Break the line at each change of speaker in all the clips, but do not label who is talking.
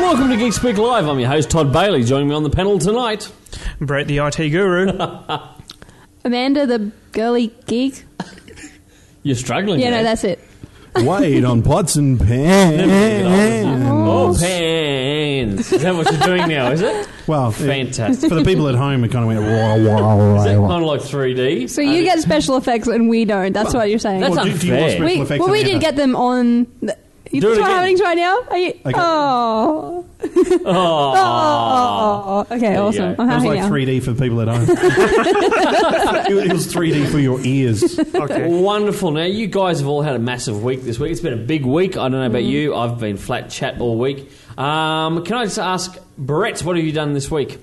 Welcome to Geek Speak Live. I'm your host Todd Bailey. Joining me on the panel tonight.
Brett, the IT guru.
Amanda, the girly geek.
You're struggling.
Yeah, no,
eh?
that's it.
Wait on pots and pans.
Oh, pans. Is that what you're doing now? Is it?
Well,
Fantastic.
For the people at home, it kind of went wah wah wah. wah.
Kind of like 3D.
So you get special effects and we don't. That's what you're saying.
Uh, That's
Well, do- do you want
unfair.
special
we,
effects
well,
on
we
the
did
other?
get them on. The, you
Do it
this what's
again.
happening right now? Are you, oh.
Oh.
Oh, oh, oh. Okay,
you
awesome.
go.
I'm
It was
happy
like
now.
3D for the people at home. it, it was 3D for your ears.
Okay.
Wonderful. Now, you guys have all had a massive week this week. It's been a big week. I don't know about
Mm-hmm.
you. I've been flat chat all week. Um, can I just ask, Brett, what have you done this week?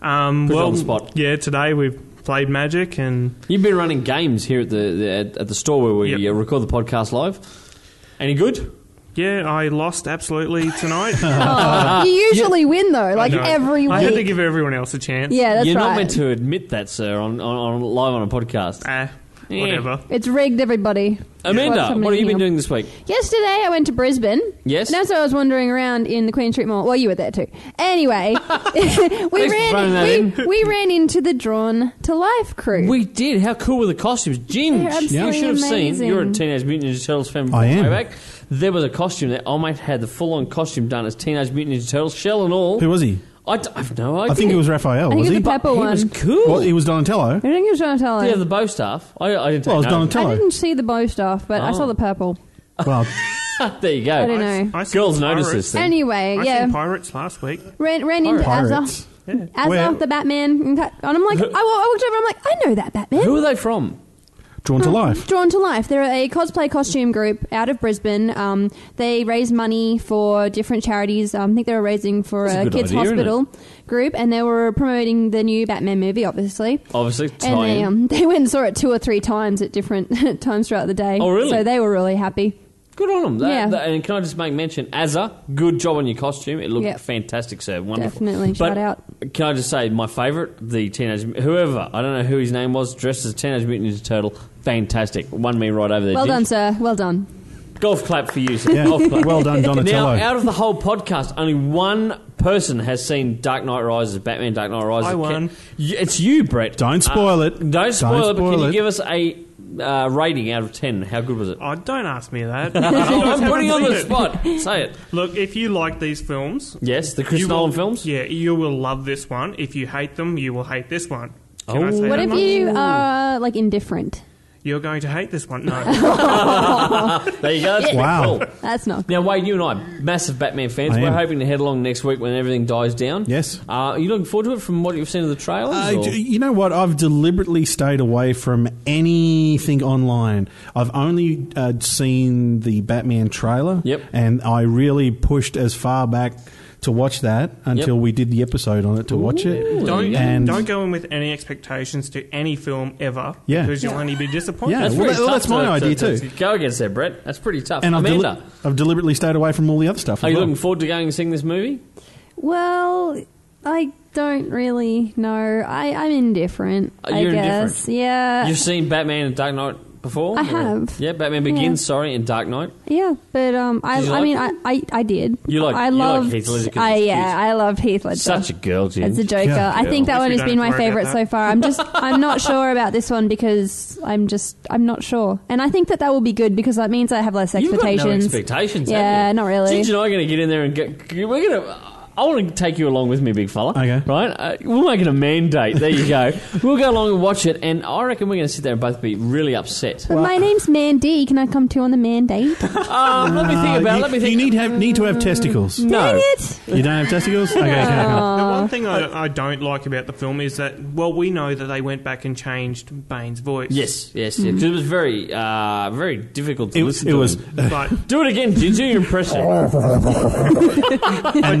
Um,
Put it
well,
on the spot.
yeah, today we've played Magic and
You've been running games here at the, the at, at the store where we
Yep.
uh, record the podcast live. Any good?
yeah, I lost absolutely tonight.
you usually win though, like
No,
every
I had to
week.
give everyone else a chance.
yeah, that's
You're
right.
not meant to admit that, sir, on, on, on live on a podcast.
Ah,
Yeah.
whatever.
It's rigged, everybody. That's
Amanda,
I'm
what have you been
making up.
doing this week?
Yesterday, I went to Brisbane.
Yes.
And as I was wandering around in the Queen Street Mall, well, you were there too. Anyway, we
for throwing that
ran we, we ran into the Drawn to Life crew.
We did. How cool were the costumes? Jim,
They're
you
absolutely
should have seen.
amazing.
You're a Teenage Mutant Ninja Turtles fan from
I am.
way back. There was a costume that old mate had the full on costume done as Teenage Mutant Ninja Turtles, shell and all.
Who was he?
I d- I've no idea.
I think it was Raphael.
I think
Was
it
he?
was the pepper
He
one.
was cool.
Well, he was Donatello.
I think it was Donatello.
Did he have the bow staff? I, I didn't
Well, it was
take note.
I
Donatello.
didn't see the bow stuff, but I
Oh.
saw the purple.
Well,
There you go.
I don't know.
I seen
Girls
Pirates.
notice this thing.
Anyway,
I
yeah,
seen Pirates last week.
ran, ran into
pirates.
Azza, Azza
Where-
the Batman, and that- and I'm like, I, wa- I walked over, I'm like, I know that Batman.
Who are they from?
Drawn
Hmm.
to life.
Drawn to Life. They're a cosplay costume group out of Brisbane. Um, they raise money for different charities. Um, I think they were raising for
That's a
a,
good
kids'
idea, isn't
hospital group, and they were promoting the new Batman movie, obviously.
Obviously,
And they,
Italian.
um, they went and saw it two or three times at different times throughout the day.
Oh, really?
So they were really happy.
Good on them. That,
Yeah.
that- and can I just make mention, Azza, good job on your costume. It looked
Yeah.
fantastic, sir. Wonderful.
Definitely.
But
Shout out.
Can I just say, my favourite, the teenage, whoever, I don't know who his name was, dressed as a teenage mutant ninja turtle. Fantastic. Won me right over there.
Well
Jim.
done, sir. Well done.
Golf clap for you, sir.
Yeah.
Golf clap.
well done,
Oh, Now,
Donatello.
out of the whole podcast, only one person has seen Dark Knight Rises, Batman Dark Knight Rises.
I
Can-
won.
Y- It's you, Brett.
Don't spoil it.
uh, Don't spoil it, but
spoil
can you
it.
give us a uh, rating out of 10? How good was it?
Oh, don't ask me that.
I'm putting you on the
Haven't seen it.
spot. Say it.
Look, if you like these films,
Yes, the Chris
you
Nolan
will-
films.
Yeah, you will love this one. If you hate them, you will hate this one. Can I
Oh.
say
What
that
if
much?
you are like indifferent?
You're going to hate this one. No.
There you go. That's
Wow.
pretty cool.
That's not.
Now, Wade, you and I, massive Batman fans.
I
We're
am.
hoping to head along next week when everything dies down.
Yes.
Uh, are you looking forward to it from what you've seen of the trailers?
Uh,
or-
d- you know what? I've deliberately stayed away from anything online. I've only uh, seen the Batman trailer.
Yep.
And I really pushed as far back to watch that until
Yep.
we did the episode on it to watch it.
There you
don't
go.
And-
don't go in with any expectations to any film ever.
Yeah.
Because you'll
Yeah.
only be disappointed.
Yeah.
That's,
well,
pretty
that- well,
tough
that's my
to-
idea
to-
too.
to Go against there, Brett. That's pretty tough.
And I've, deli-
Amanda,
I've deliberately stayed away from all the other stuff.
are
as
you
well.
looking forward to going and seeing this movie?
Well, I don't really know. I, I'm indifferent.
Uh,
I
you're
guess.
indifferent.
Yeah.
You've seen Batman and Dark Knight before.
Uh, I
or-
have.
Yeah, Batman Begins.
Yeah.
Sorry, and Dark Knight.
yeah, but um, I,
Did you
I
like
mean, I, I, I did.
You like-
I
you like
loved,
Heath Ledger 'cause
I
he's
yeah,
cute.
I love Heath Ledger.
Such a girl, Jim.
as the Joker.
Yeah.
I think
Yeah.
that
At
one
least
has
we don't
been my
have to worry
favorite
about
so
that.
far. I'm just I'm not sure about this one because I'm just I'm not sure, and I think that that will be good because that means I have less
You've got no
expectations.
expectations. have
Yeah,
you?
not really.
Ginger and I are going to get in there and get. We're going to. I want to take you along with me, big fella.
Okay.
Right? Uh, we'll make it a mandate. There you go. we'll go along and watch it, and I reckon we're going to sit there and both be really upset.
But my name's Mandy. Can I come too on the mandate?
Um, let me think about.
Uh,
it.
you,
Let me think.
You need have need to have testicles. You
no.
Dang it!
don't have testicles? Okay. okay.
The one thing I, I don't like about the film is that, well, we know that they went back and changed Bane's voice.
Yes, yes, yes.
Mm.
'Cause It was very, uh, very difficult to
It was.
listen
It
to.
was
him.
But
Do it again. Did you impression?
and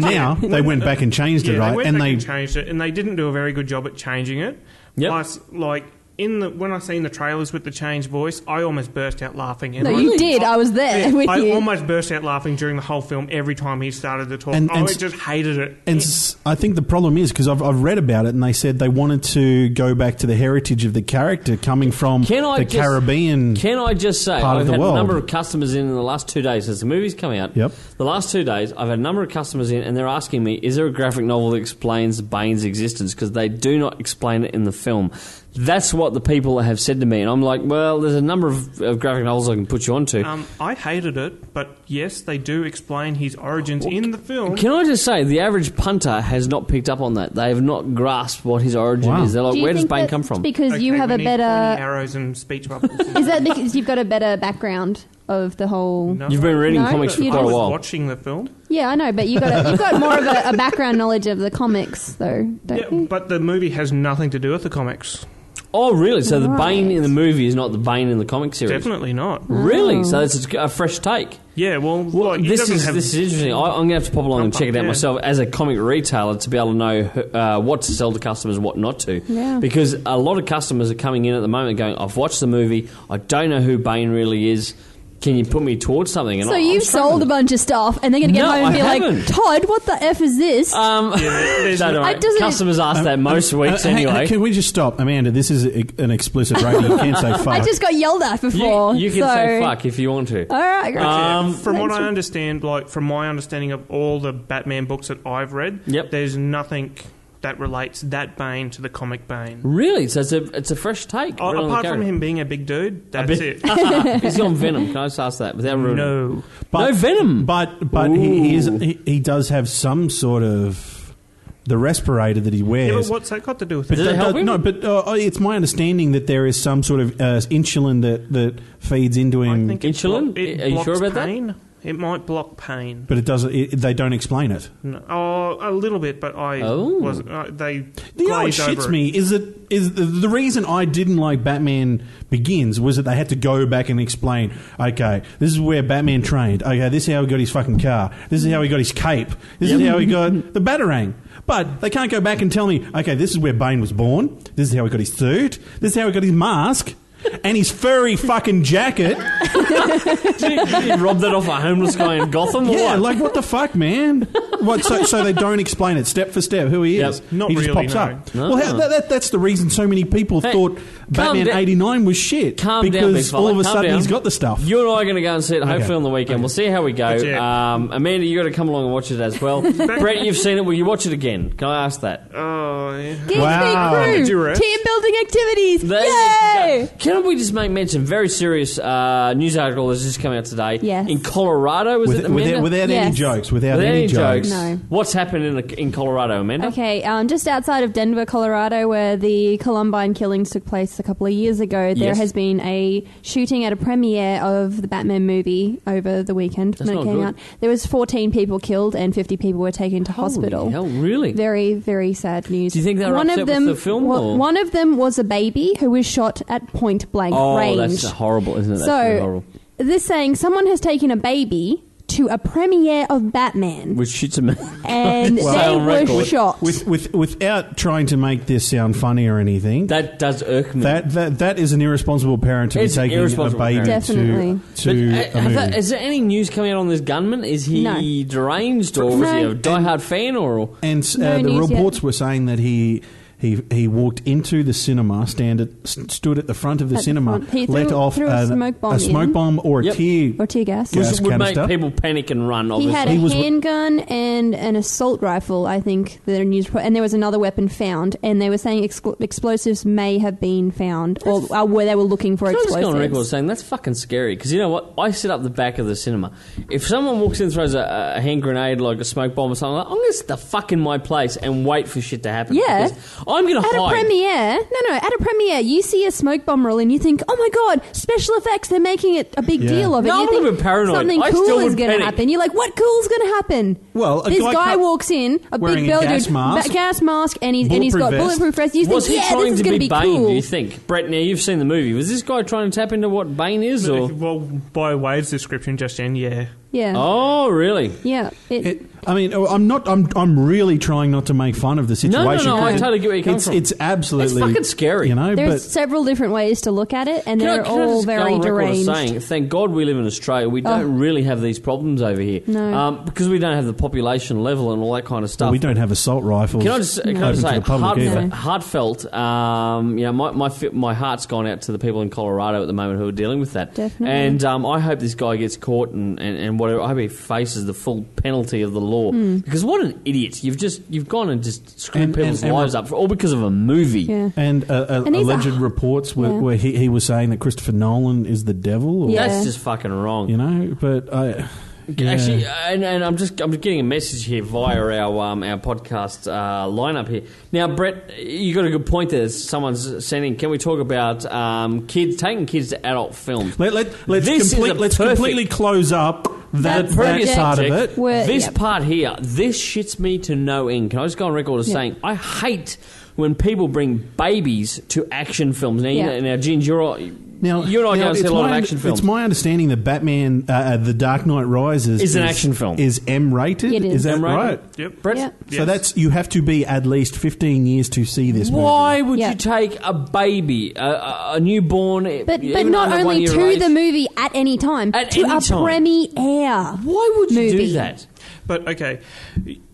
now they went back and changed
yeah,
it,
they
right?
went
and
back
they
and changed it, and they didn't do a very good job at changing it.
Yep.
Plus, like, in the when I seen the trailers with the changed voice, I almost burst out laughing. And
No,
I-
you did. I was there
Yeah,
with
I
you.
almost burst out laughing during the whole film every time he started to talk. Oh,
And-
I
and-
just hated it.
And s- I think the problem is because I've, I've read about it, and they said they wanted to go back to the heritage of the character coming from
Can I
the
just-
Caribbean.
Can I just say,
Mm. Part of
I've
the
had
world.
a number of customers in, in the last two days since the movie's come out.
Yep.
The last two days, I've had a number of customers in, and they're asking me, is there a graphic novel that explains Bane's existence? Because they do not explain it in the film. That's what the people have said to me, and I'm like, well, there's a number of, of graphic novels I can put you onto.
Um, I hated it, but yes, they do explain his origins in the film.
Can I just say, the average punter has not picked up on that. They have not grasped what his origin
Wow.
is. They're like,
Do you
where does
think
Bane
that's
come from?
Because you
Okay,
have
we
a
need pointy
better.
arrows and speech bubbles.
Is that because you've got a better background of the whole?
No.
You've been reading
No,
comics for
you
quite a
I was
while.
watching the film.
Yeah, I know, but you got a, you've got more of a, a background knowledge of the comics, though, don't
Yeah,
you?
but the movie has nothing to do with the comics.
Oh, really? So the
Right.
Bane in the movie is not the Bane in the comic series?
Definitely not.
Really?
Oh.
So it's a fresh take.
Yeah, well, like, it
this
doesn't
is
have-
this is interesting. I, I'm going to have to pop along and check it out
Yeah.
myself as a comic retailer to be able to know uh, what to sell to customers, what not to.
Yeah.
Because a lot of customers are coming in at the moment going, "I've watched the movie. I don't know who Bane really is. Can you put me towards something?" And
So
I, I'm
you've
struggling.
sold a bunch of stuff, and they're going to get
No,
home and
I
be like,
haven't.
"Todd, what the f is this?"
Um,
there's
don't
no- Um,
worry.
I doesn't-
Customers ask that most weeks
Uh, hang-
anyway.
can we just stop, Amanda? This is e- an explicit rating. You can't say fuck.
I just got yelled at before.
you, you can
so. Uh,
say fuck if you want to.
All right, great.
Yeah,
Um,
from what
Thanks
I
for-
understand, like from my understanding of all the Batman books that I've read,
Yep.
there's nothing that relates that Bane to the comic Bane.
Really? So it's a it's a fresh take.
A-
Right on the
Uh, apart from
character.
him being a big dude, that's
bit-
it.
he's gone Venom. Can I just ask that without ruining?
no,
No venom.
But but he, he, is,
Ooh.
he, he does have some sort of the respirator that he wears.
yeah, but what's that got to do with
But
it?
Does it
that-
help
that-
him?
No, but uh, it's my understanding that there is some sort of uh, insulin that, that feeds into
I
him,
think it
Insulin?
blo- it
Are you
blocks
sure about that?
pain. that? It might block pain.
but it doesn't. It, they don't explain it.
No, oh, a little bit, but I
Oh.
was uh, they
You know what
glazed over
shits
it.
me is that is the, the reason I didn't like Batman Begins was that they had to go back and explain. Okay, this is where Batman trained. Okay, this is how he got his fucking car. This is how he got his cape. This is how he got the batarang. But they can't go back and tell me. Okay, this is where Bane was born. This is how he got his suit. This is how he got his mask. And his furry fucking jacket.
you robbed that off a homeless guy in Gotham. Or
Yeah,
what?
like what the fuck, man? What? So, so they don't explain it step for step who he is.
Yep.
Not
he just
really,
pops
no.
up.
No.
Well, how, that, that, that's the reason so many people
Ah. Hey,
thought
calm
Batman
down.
'89 was shit
Calm down, big
because
fella.
all of a
Calm
sudden
down.
he's got the stuff.
You and I are going to go and see it hopefully
Okay.
on the weekend. We'll see how we go.
That's it.
Um, Amanda, you got to come along and watch it as well. Brett, you've seen it. Will you watch it again? Can I ask that?
Oh, yeah.
Geeks
Wow.
Big
Did you
Crew,
rest?
team building activities.
There
Yay!
you go. Can we just make mention? Very serious uh, news article that's just come out today.
Yes.
In Colorado, was it
With,
Amanda?
without without any
Yes.
jokes, without,
Without
any jokes.
No.
What's happened in, in Colorado, Amanda?
Okay, um, just outside of Denver, Colorado, where the Columbine killings took place a couple of years ago, there
Yes.
has been a shooting at a premiere of the Batman movie over the weekend
That's
when
not
it came
good.
out. There was 14 people killed and 50 people were taken to
Holy
hospital.
Hell, really?
Very, very sad news.
Do you think they were
one
upset
of
with
them,
the film,
wa-
or-
One of them was a baby who was shot at point blank
oh,
range.
that's horrible, isn't it? That's really
so
horrible.
this saying someone has taken a baby to a premiere of Batman
Which shoots a man.
and
Wow.
they
Sound
were
record.
shocked.
With, with, without trying to make this sound funny or anything, that
That does irk me.
that, that, that is an irresponsible parent to
It's
be taking a
irresponsible
baby
parent.
Definitely.
to, to
But, uh,
a
have
movie.
that- is there any news coming out on this gunman? Is he
No.
deranged or was he
No.
a diehard fan or?
And uh,
No
the
news yet.
reports were saying that he he he walked into the cinema, stand at, s- stood at the front of the
At the
cinema,
front. He
let
threw-
off
threw a
uh,
smoke bomb
a smoke
in.
bomb or a
Yep.
tear.
or tear gas.
Gas
Which would make
canister.
people panic and run,
He
obviously.
had a
He was-
handgun and an assault rifle, I think. The news report, and there was another weapon found, and they were saying excl- explosives may have been found, or uh, where they were looking for
Can I just go on record
explosives.
saying that's fucking scary? Because you know what? I sit up the back of the cinema. If someone walks in and throws a, a hand grenade, like a smoke bomb or something, like that, I'm going to sit the fuck in my place and wait for shit to happen.
Yeah.
Because I'm going to
At a
hide.
premiere, no, no, at a premiere, you see a smoke bomb roll and you think, oh my god, special effects, they're making it a big
Yeah.
deal of it.
No,
you
I'm a
think
little bit paranoid.
Something
I
cool
still
is
would
going to
panic.
happen. You're like, what cool's going to happen?
Well, a
this
guy
guy,
co-
walks in, a
wearing
big
a
bill
gas mask.
ba- gas mask, and he's, and he's got
Bulletproof vest.
bulletproof vest. You
was
think,
he
yeah,
trying
this is
to
going
be,
to be
Bane,
cool.
do you think? Brett, now you've seen the movie. Was this guy trying to tap into what Bane is? or
Well, by Wade's description just then, yeah.
Yeah,
Oh, really?
yeah. It,
It- I mean, oh, I'm not. I'm. I'm really trying not to make fun of the
no,
situation.
no, I
'cause
totally get where you're coming
it's,
from.
It's absolutely
It's fucking scary.
You know,
There's
uh, but
several different ways to look at it, and
Can I-
they're
can I
all
just go
very
on record as
deranged. Oh.
Saying, thank God we live in Australia. We don't really have these problems over here.
No.
Um, because we don't have the population level and all that kind of stuff.
we don't have assault rifles.
Can I just, can I
open
just
to
say,
the public
heartfelt,
either.
heartfelt um, you know, my, my, fi- my heart's gone out to the people in Colorado at the moment who are dealing with that.
Definitely.
And um, I hope this guy gets caught and, and, and whatever. I hope he faces the full penalty of the law.
Hmm.
Because what an idiot. You've just, you've gone and just screwed
And-
people's
and- and
lives up, for, all because of a movie.
Yeah.
And uh, uh,
And he's a-
alleged reports where,
Yeah.
where he, he was saying that Christopher Nolan is the devil. Or,
Yeah.
That's just fucking wrong.
You know, but I. yeah.
Actually, and, and I'm just I'm getting a message here via our um, our podcast uh, lineup here. Now, Brett, you got a good point there. Someone's sending. Can we talk about um, kids taking kids to adult film?
Let, let, let's
This is
complete,
a
let's
perfect-
completely close up that,
the previous
that part of
subject,
it.
Where-
this
yep.
part here, this shits me to no end. Can I just go on record as
Yeah.
saying I hate when people bring babies to action films? Now, you
Yeah.
know, now, Ginge, you're all,
Now,
you and I
now,
go and see
it's
a lot of
my-
action films.
It's my understanding that Batman, uh, uh, The Dark Knight Rises,
Is an action film.
Is M rated?
It is.
that
Am I
right?
Yep.
Brett.
Yeah.
So
Yes.
that's you have to be at least fifteen years to see this movie.
Why would
Yeah.
you take a baby, a, a, a newborn,
But but
even
not
under one
only
year
to
age?
the movie at any time,
At
to
any
a
time.
premiere.
Why would you do
movie.
that?
But okay,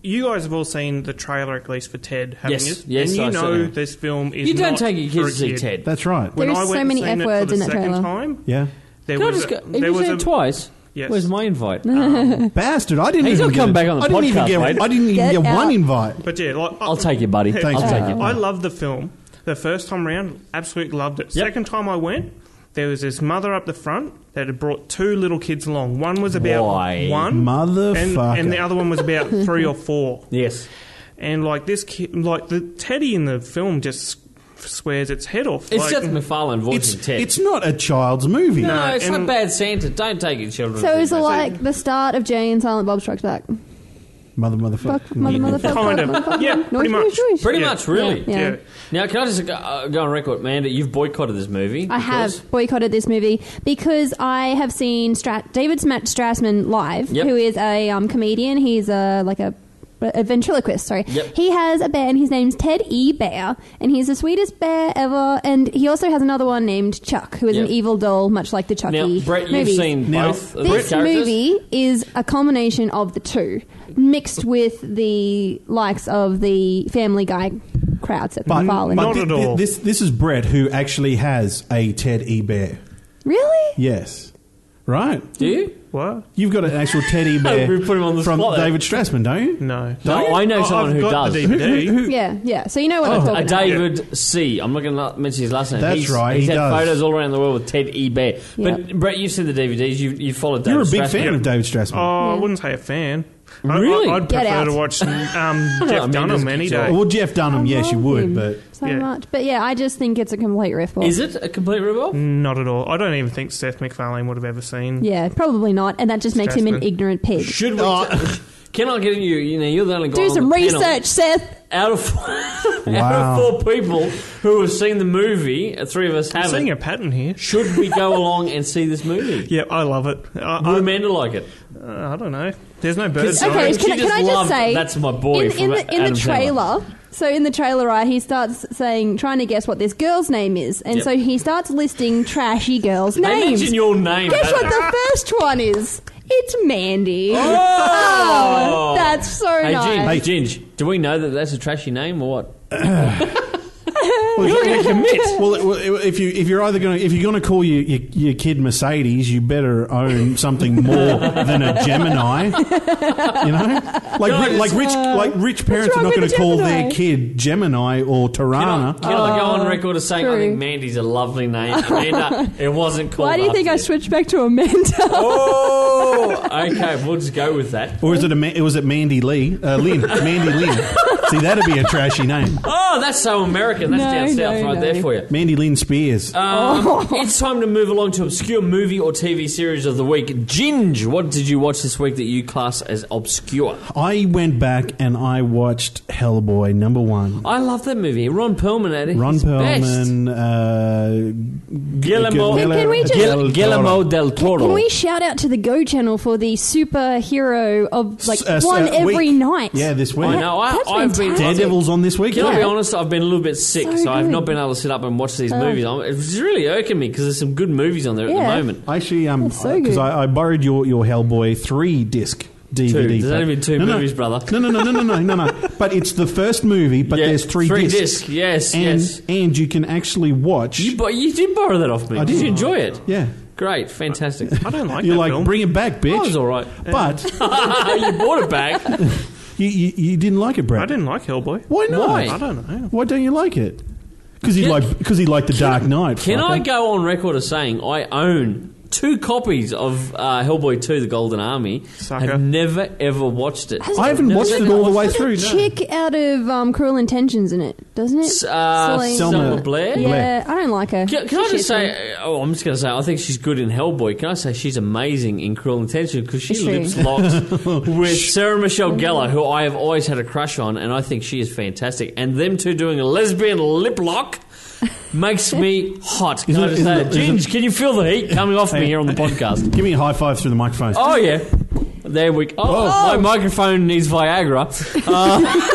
you guys have all seen the trailer at least for Ted, haven't
Yes,
you?
yes,
and you
I
know
certainly have.
this film is
You don't
not
take your
for a
kids to see
kid.
Ted.
That's right.
When
There's
I
so
went and
many
seen
F
it for
words
the
in that
second
trailer.
Time,
Yeah,
there
Can I
was
just
a-
go, have
there
you
was
seen
a-
it twice?
Yes.
Where's my invite?
bastard! I didn't.
He's
even
not
get
come
a-
back on the
I didn't even
podcast,
get,
mate.
I didn't even
Get
get,
out.
one invite.
But yeah, like, I-
I'll take you, buddy.
Thanks,
I'll
mate.
take you.
I loved the film. The first time round, absolutely loved it.
Yep.
Second time I went, there was this mother up the front that had brought two little kids along. One was about
Why?
one, and,
Motherfucker.
and the other one was about three or four.
Yes.
And like this kid, like the Teddy in the film just swears its head off.
It's
like,
Seth MacFarlane
It's
voicing Ted.
it's not a child's movie.
no,
No,
it's not
and-
bad Santa. Don't take your children.
So
to
it was
that.
like the start of Jay and Silent Bob Strikes Back.
Mother,
Fuck,
motherfucker.
mother, motherfucker.
Kind of.
motherfucker,
Yeah,
motherfucker,
pretty
noish,
much.
noish, noish.
Pretty
Yeah.
much, really.
Yeah.
yeah.
Now, can I just go, uh, go on record, Amanda? You've boycotted this movie.
I
because-
have boycotted this movie because I have seen Stra- David Sma- Strassman live,
Yep.
who is a um, comedian. He's a like a, a ventriloquist. Sorry,
Yep.
he has a bear, and his name's Ted E. Bear, and he's the sweetest bear ever. And he also has another one named Chuck, who is
Yep.
an evil doll, much like the Chucky.
Now, Brett, you've
movies.
seen
Now,
both of these
This
characters.
movie is a combination of the two, mixed with the likes of the Family Guy crowds at
But,
the Farland.
but
Not
thi-
at
thi-
all.
This this is Brett who actually has a Ted E Bear.
really?
Yes, right.
Do you?
What?
You've got an actual teddy bear
We put him on the
from
spot there.
David Strassman, don't you?
No.
No, I know someone
Oh, I've
who
got
does.
The DVD.
Yeah, yeah. So you know what I'm
Oh, A
talking about.
David C. I'm not going to mention his last name.
That's
he's,
right,
He's
he
had
does.
photos all around the world with Ted E. Bear.
Yeah.
But Brett, you've seen the DVDs. You you followed.
You're a
David
big
Strassman.
fan of David Strassman.
Oh,
Yeah.
I wouldn't say a fan. I-
Really?
I, would
Get
prefer
out.
to watch um, Jeff
mean, there's
Dunham any
kids all-
day.
well, Jeff
Um,
Dunham, yes, you
love
would,
him
but
so
Yeah.
much. But yeah, I just think it's a complete riffle.
Is it a complete ripoff?
Mm.
Not at all. I don't even think Seth MacFarlane would have ever seen.
Yeah, probably not. And that just makes him an
Stressman.
ignorant pig.
Should we?
Uh,
can I get you? You know, you're the only guy.
Do
on
some
the
research,
panel.
Seth.
Out of
Wow.
out of four people who have seen the movie, uh, three of us
I'm seeing
haven't.
a pattern here.
Should we go along and see this movie?
Yeah, I love it. I,
Would
I,
Amanda like it?
I don't know. There's no birds.
Sorry,
Okay,
she
can, I-
just
can I just
loved
say
That's My Boy
in, in
from
the, in
Adam
the
Sandler.
trailer? So in the trailer, right, he starts saying, trying to guess what this girl's name is, and
Yep.
so he starts listing trashy girls'
They
names.
mention your name.
Guess what
Adam.
the first one is? It's Mandy. Oh, that's so
Hey, Ginge,
nice.
Ginge, do we know that that's a trashy name or what?
Well, if-
commit.
well, it- well, if you if you're either going to if you're going to call your, your your kid Mercedes, you better own something more than a Gemini. You know, like
I
ri- like
just-
rich like rich parents are
wrong
not
with
going to call their
Gemini?
kid Gemini or
Can I,
Tirana.
can I go on record as saying I
true.
think Mandy's a lovely name? Amanda, it wasn't called.
Why do you think I
after
switched back to Amanda?
Oh, okay. We'll just go with that.
Or is it a ma- was it Mandy Lee? Uh, Lynn, Mandy Lynn. See, that'd be a trashy name.
Oh, that's so reckon that's
No,
down south
no,
right
no.
there for you.
Mandy Lynn Spears.
Um, It's time to move along to obscure movie or TV series of the week. Ginge, what did you watch this week that you class as obscure?
I went back and I watched Hellboy number one.
I love that movie. Ron Perlman at
Ron
his best.
Perlman, uh,
Guillermo-
Guil-
Can- can we just-
Gil- Guillermo del Toro.
Can we shout out to the Go Channel for the superhero of like
S- uh,
one
uh,
every
week.
night?
Yeah, this week.
I know. I,
That's
I've been.
fantastic.
Daredevil's on this week.
Can I be
Yeah.
honest? I've been a little bit sick, so,
So
I've
good.
not been able to sit up and watch these
Oh.
movies. I'm, it's really irking me because there's some good movies on there at
Yeah.
the moment.
I Actually, um,
That's so
because
good.
I, I borrowed your, your Hellboy three disc DVD.
There's
player.
only been two
no,
movies,
no.
brother.
No, no, no, no, no, no, no, no. But it's the first movie, but
Yeah,
there's three,
three
discs.
disc, yes,
and
yes.
and you can actually watch.
You, bo- you did borrow that off me.
I
did.
did.
you enjoy it?
yeah,
Great, fantastic.
I don't like
you're
that
like
film.
bring it back, bitch.
I was Oh, all right.
But
you bought it back.
you, you you didn't like it, Brad.
I didn't like Hellboy.
Why not?
Why?
I don't know.
Why don't you like it? Because he
Can-
like because he liked the Dark Knight.
Can
fucker.
I go on record as saying I own two copies of uh, Hellboy 2 The Golden Army?
Sucker.
I've never ever watched it.
Has
I haven't
Never
watched
seen
it all the way
There's
through.
a
no.
chick out of um, Cruel Intentions in it, doesn't it?
S- uh, Selma Blair?
Yeah, I don't like her.
Can, can I
She
just
shits me.
say? Oh, I'm just going to say. I think she's good in Hellboy. Can I say she's amazing in Cruel Intention because she
Is she?
lips locks
Oh,
with Sarah Michelle Gellar, who I have always had a crush on, and I think she is fantastic. And them two doing a lesbian lip lock makes me hot. Can
Isn't
I
it-
just say,
isn't it- isn't
Ginge, can you feel the heat coming off me here on the podcast?
Give me a high five through the microphone.
Oh yeah. There we go. Oh, my microphone needs Viagra.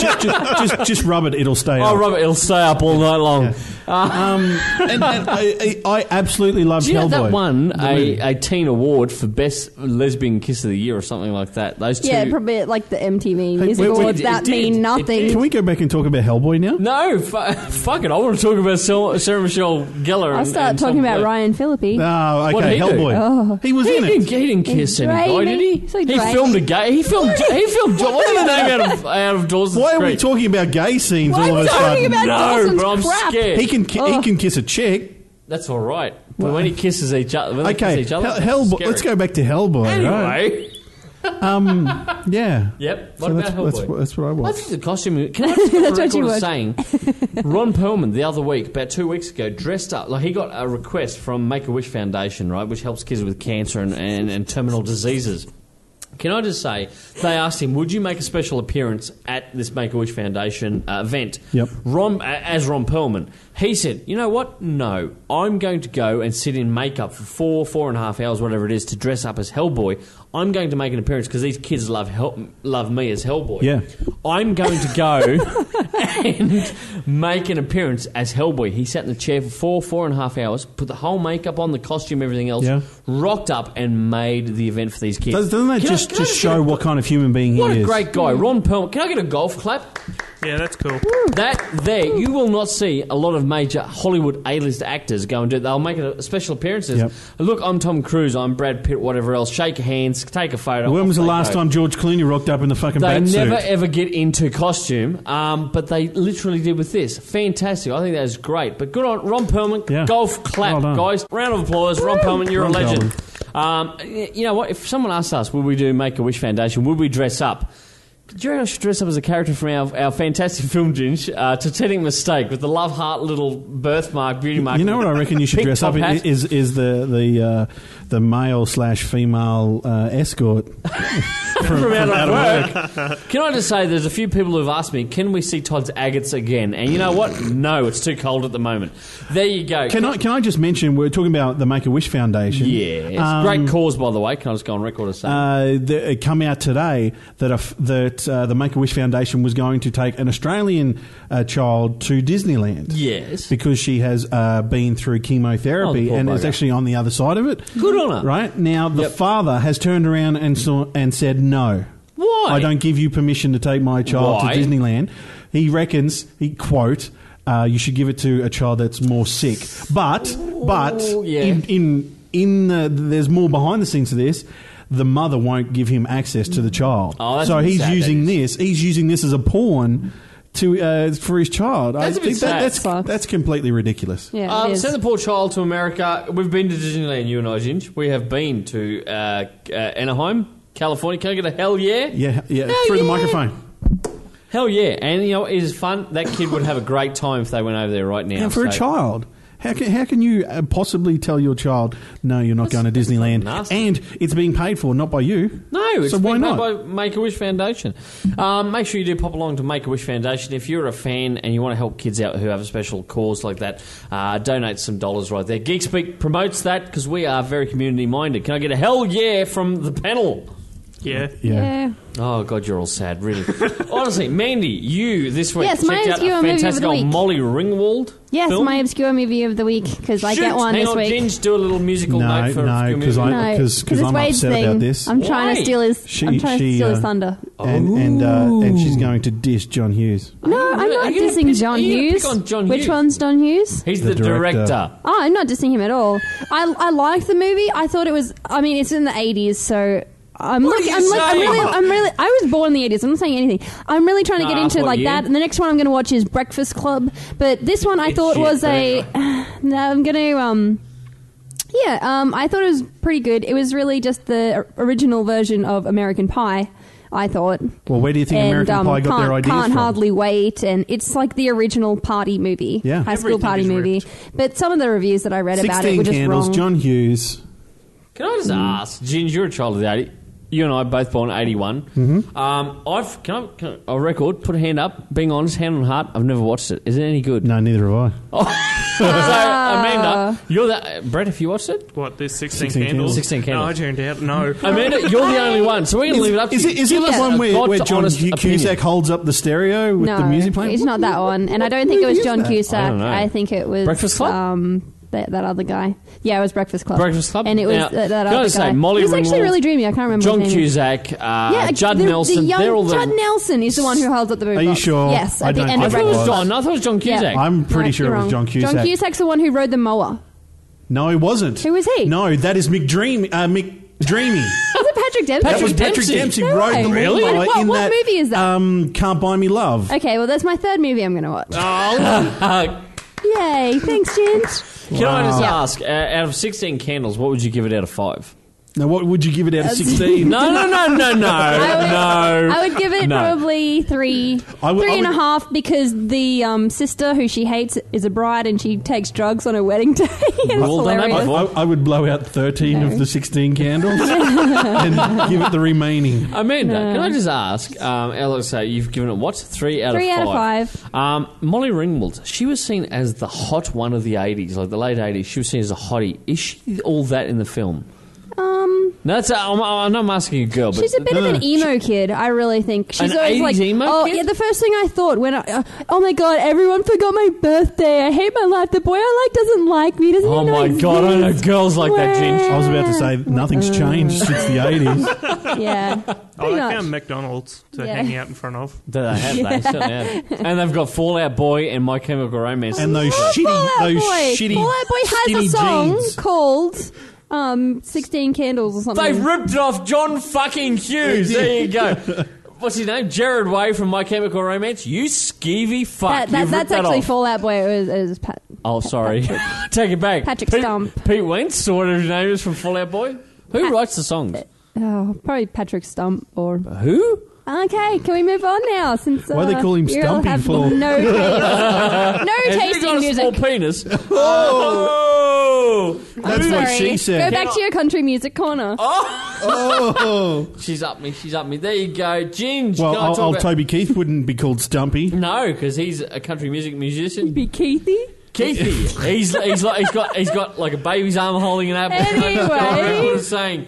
Just, just, just, just rub it; it'll stay.
Oh,
up.
Robert, it'll stay up all night long.
Um, and, and I, I, I absolutely loved
Do you know
Hellboy.
that won
movie.
a, a teen award for best lesbian kiss of the year or something like that? Those two.
Yeah, probably like the MTV
Hey,
Music
wait, wait,
Awards.
it
that
did. It
mean
did.
nothing.
Can we go back and talk about Hellboy now?
no, fu- fuck it. I want to talk about Sarah, Sarah Michelle Gellar.
I'll
and-
start
and
talking
some-
about Ryan Phillippe.
Oh,
What
okay,
did he do?
Hellboy.
Oh.
He was
He
in
didn't,
it.
he didn't kiss
He's
any guy,
draining.
did he?
So
he
draining.
filmed a gay. He filmed. He filmed. What's the name out of out of Dawson's
Why are we
Creek?
talking about gay scenes
Why
all
are
of
we
a
talking Oh.
sudden?
about
No,
Dawson's
but I'm
crap?
scared.
he can ki- he
Ugh.
can kiss a chick.
That's all right. But when he kisses each other, when they
Okay,
kiss each other,
Hell-
that's
Hellboy.
scary.
Let's go back to Hellboy. right?
Anyway.
Yeah.
Yep. What
So
about
that's,
Hellboy?
that's, what- that's what I
I
watched.
think the costume. Can I just get
That's
the
what
record
you
of
watch.
saying? Ron Perlman the other week, about two weeks ago, dressed up like he got a request from Make a Wish Foundation, right, which helps kids with cancer and, and, and terminal diseases. Can I just say, they asked him, "Would you make a special appearance at this Make a Wish Foundation uh, event?"
Yep.
Ron, a- as Ron Perlman, he said, "You know what? No, I'm going to go and sit in makeup for four, four and a half hours, whatever it is, to dress up as Hellboy. I'm going to make an appearance because these kids love Hel- love me as Hellboy.
Yeah.
I'm going to go and make an appearance as Hellboy. He sat in the chair for four, four and a half hours, put the whole makeup on, the costume, everything else,
Yeah.
rocked up, and made the event for these kids.
Does- Doesn't that
Can I-
just
can I
just
get
show
a-
what kind of human being
What
he
a
is?
great guy, Ron Perlman. Can I get a golf clap?
Yeah, that's cool.
That there, you will not see a lot of major Hollywood A-list actors go and do. it. They'll make a special appearances.
Yep.
Look, I'm Tom Cruise. I'm Brad Pitt. Whatever else, shake hands, take a photo.
When
off
was the
they
last
go.
time George Clooney rocked up in the fucking
They
bat
never
suit?
ever get into costume, um, but they literally did with this. Fantastic! I think that is great. But good on Ron Perlman.
Yeah.
Golf clap,
Well done.
guys! Round of applause, Ron Perlman. You're
Ron
a legend. Um, y- you know what? If someone asked us, would we do Make a Wish Foundation? Would we dress up? Jerry I should dress up as a character from our, our fantastic film, Ginge, uh, Titanic Mistake, with the love heart little birthmark, beauty mark.
You know what I reckon you should
Big
dress
top
up in
hat.
is is the the uh, the male slash female uh, escort from,
from out
out of
of work. Can I just say, there's a few people who've asked me, can we see Todd's agates again? And you know what? No, it's too cold at the moment. There you go.
Can I can I just mention we're talking about the Make a Wish Foundation?
Yes.
Um,
Great cause, by the way. Can I just go on record as saying?
Uh, the, it come out today that a f that uh, the Make a Wish Foundation was going to take an Australian uh, child to Disneyland.
yes.
Because she has uh, been through
Oh, the
chemotherapy
poor
and is
bugger.
actually on the other side of it.
Good on her.
Right now, the
Yep.
father has turned around and saw, and said no.
Why?
I don't give you permission to take my child
Why?
to Disneyland. He reckons he quote. Uh, you should give it to a child that's more sick, but but
Ooh, yeah.
in in in the, there's more behind the scenes to this. The mother won't give him access to the child,
Oh, that's
so
a bit
he's
sad, that
using this. He's using this as a pawn to uh, for his child.
That's a bit sad.
that's that's completely ridiculous.
yeah, it
Um,
is.
send the poor child to America. We've been to Disneyland, you and I, Ginge. We have been to uh, uh, Anaheim, California. Can I get a hell yeah?
Yeah, yeah.
Hell
through the
yeah.
microphone.
Hell yeah. And, you know, it is fun. That kid would have a great time if they went over there right now.
And for a
so-
child, how can, how can you uh, possibly tell your child, no, you're not going to Disneyland?
nasty.
And it's being paid for, not by you.
No, it's
so why
been
not?
made by Make a Wish Foundation. Um, make sure you do pop along to Make a Wish Foundation if you're a fan and you want to help kids out who have a special cause like that. Uh, donate some dollars right there. Geek Speak promotes that because we are very community minded. Can I get a hell yeah from the panel?
Yeah.
Yeah.
Oh god, you're all sad, really. Honestly, Mandy, you this week
Yes,
checked
my
out
obscure
a
movie of the
fantastic old
week.
Molly Ringwald.
Yes,
film.
my obscure movie of the week because I
Shoot,
get one
hang
this
on,
week.
Ginge, do a little musical
No,
note for
no,
obscure
'cause
movie.
I-
no,
'cause- 'cause
it's
I'm
Wade's
upset
thing.
about this.
I'm trying
Why?
to steal his.
She-
I'm trying
she,
to steal his
uh,
thunder.
And, and, uh, and she's going to diss John Hughes.
No, I'm
really- are
not
you gonna
dissing
pick-
John
are you gonna pick
Hughes.
on John
Which
Hughes?
one's John Hughes?
He's the,
The
director.
director.
Oh, I'm not dissing him at all. I I liked the movie. I thought it was. I mean, it's in the 80s, so. I'm
What
look,
are you
I'm, look, I'm
saying?
really, I'm really, I was born in the 80s. I'm not saying anything. I'm really trying to get
Nah,
into
fuck
like
you.
that. And the next one I'm going to watch is Breakfast Club. But this one I
It's
thought
shit,
was
but
a. No, I'm going to. um Yeah, um, I thought it was pretty good. It was really just the o- original version of American Pie. I thought,
Well, where do you think
and
American
um,
Pie got
can't,
their ideas
can't
from?
hardly wait, and it's like the original party movie,
Yeah.
high school
Everything
party
is
movie.
ripped.
But some of the reviews that I read about it
16
were just
Candles,
wrong.
John Hughes.
Can I just
Mm.
ask, Ginge, you're a child of the 80. You and I both born '81. Mm-hmm. Um, I've can I, can I a record? Put a hand up. Being honest, hand on heart. I've never watched it. Is it any good?
No, Ah. neither have I.
Oh. so Amanda, you're the uh, Brett. If you watched it,
What, there's 16,
16
candles?
candles.
16 candles.
No, I turned out. No.
Amanda, you're the only one. So we're gonna leave it up. to
Is it,
you.
is it
Give
the
us
one
a
where,
God's
where John
honest
Hu-
opinion.
Cusack holds up the stereo with
no,
the music playing?
it's
What
not that one, and I don't think it
movie
was
is
John
that?
Cusack.
I don't know.
I, think it was
Breakfast Club?
Um, that, that other guy. Yeah, it was Breakfast Club.
Breakfast Club?
and it was
Now,
that, that
can I
other
just
guy.
say, Molly
he was actually
Ringwald,
really dreamy. I can't remember
John
his name.
Cusack, uh,
Yeah,
Judd
the,
Nelson.
The young
they're all the.
Judd Nelson is the one who holds up the boombox.
Are you sure?
Yes, at
I
the
don't
end
I
of
think
thought it was
Breakfast Club.
John. I thought it was John
Yeah.
Cusack.
I'm pretty
No,
sure
you're
it was
wrong.
John Cusack.
John Cusack's the one who rode the mower.
No, he wasn't.
Who was he?
No, that is McDreamy. Uh, McDreamy.
Was it Patrick Dempsey?
that was Patrick Dempsey.
Dempsey.
No.
Rode the
Really?
moonlight
What-
in
what
that,
movie is that? Uh,
Um, Can't Buy Me Love.
Okay, well, that's my third movie I'm going to watch.
Uh,
Yay! Thanks, Ginge.
can I just
Wow.
ask, uh, out of 16 candles, what would you give it out of five?
Now, what would you give it out of
That's-
16?
No, no, no, no, no, no.
I would give it
No.
probably three,
I would-
three
I
and a
would-
half because the um, sister who she hates is a bride and she takes drugs on her wedding day. and it's
Well done,
hilarious.
Abby.
I, I would blow out 13 of the 16 candles and give it the remaining.
Amanda, can I just ask? Um, Alex, say you've given it what? Three out
Three
of
out
five.
of
Um, Molly Ringwald, she was seen as the hot one of the 80s, like the late 80s. She was seen as a hottie. Is she all that in the film?
um,
No, that's, I'm, I'm not asking a girl, but
she's a bit of an emo kid. I really think she's
An
always
80s
like,
emo
oh
kid?
yeah. The first thing I thought when, I, uh, oh my god, everyone forgot my birthday. I hate my life. The boy I like doesn't like me. Doesn't
oh
even
my
know I
god, I know
exist."
girls like that, Ginge.
I was about to say, nothing's changed since the 80s.
Yeah,
I
pretty
like
much.
um, McDonald's to
Yeah.
hang out in front of.
They have, they certainly have. And they've got Fallout Boy and My Chemical Romance.
And those
Love
shitty,
Fall Out
those
Boy.
shitty,
Fall Out Boy has
skinny
a song
jeans.
called um, 16 Candles or something.
They've ripped it off John fucking Hughes. There you go. What's his name? Jared Way from My Chemical Romance. You skeevy fuck.
that, that,
You've
that's
ripped that
actually
off.
Fall Out Boy. It was, it was Pat.
Oh, sorry. Take it back.
Patrick
Pete,
Stump.
Pete Wentz, or whatever his name is from Fallout Boy. Who
Pat-
writes the songs?
Oh, probably Patrick Stump or.
Who?
Okay, can we move on now? Since uh,
Why they call him
you all
Stumpy
have
for?
No, taste-
Have
no
you
taste
got
in
a
music.
small penis? Oh!
That's
Sorry.
what she
Go
said.
back to your country music corner.
Oh.
She's up me. She's up me. There you go, Ginge.
Well,
can I
old,
talk
old
about-
Toby Keith wouldn't be called Stumpy.
No, because he's a country music musician.
Be Keithy.
Keithy. he's he's like he's got he's got like a baby's arm holding an apple.
Anyway.
He's got a record of saying.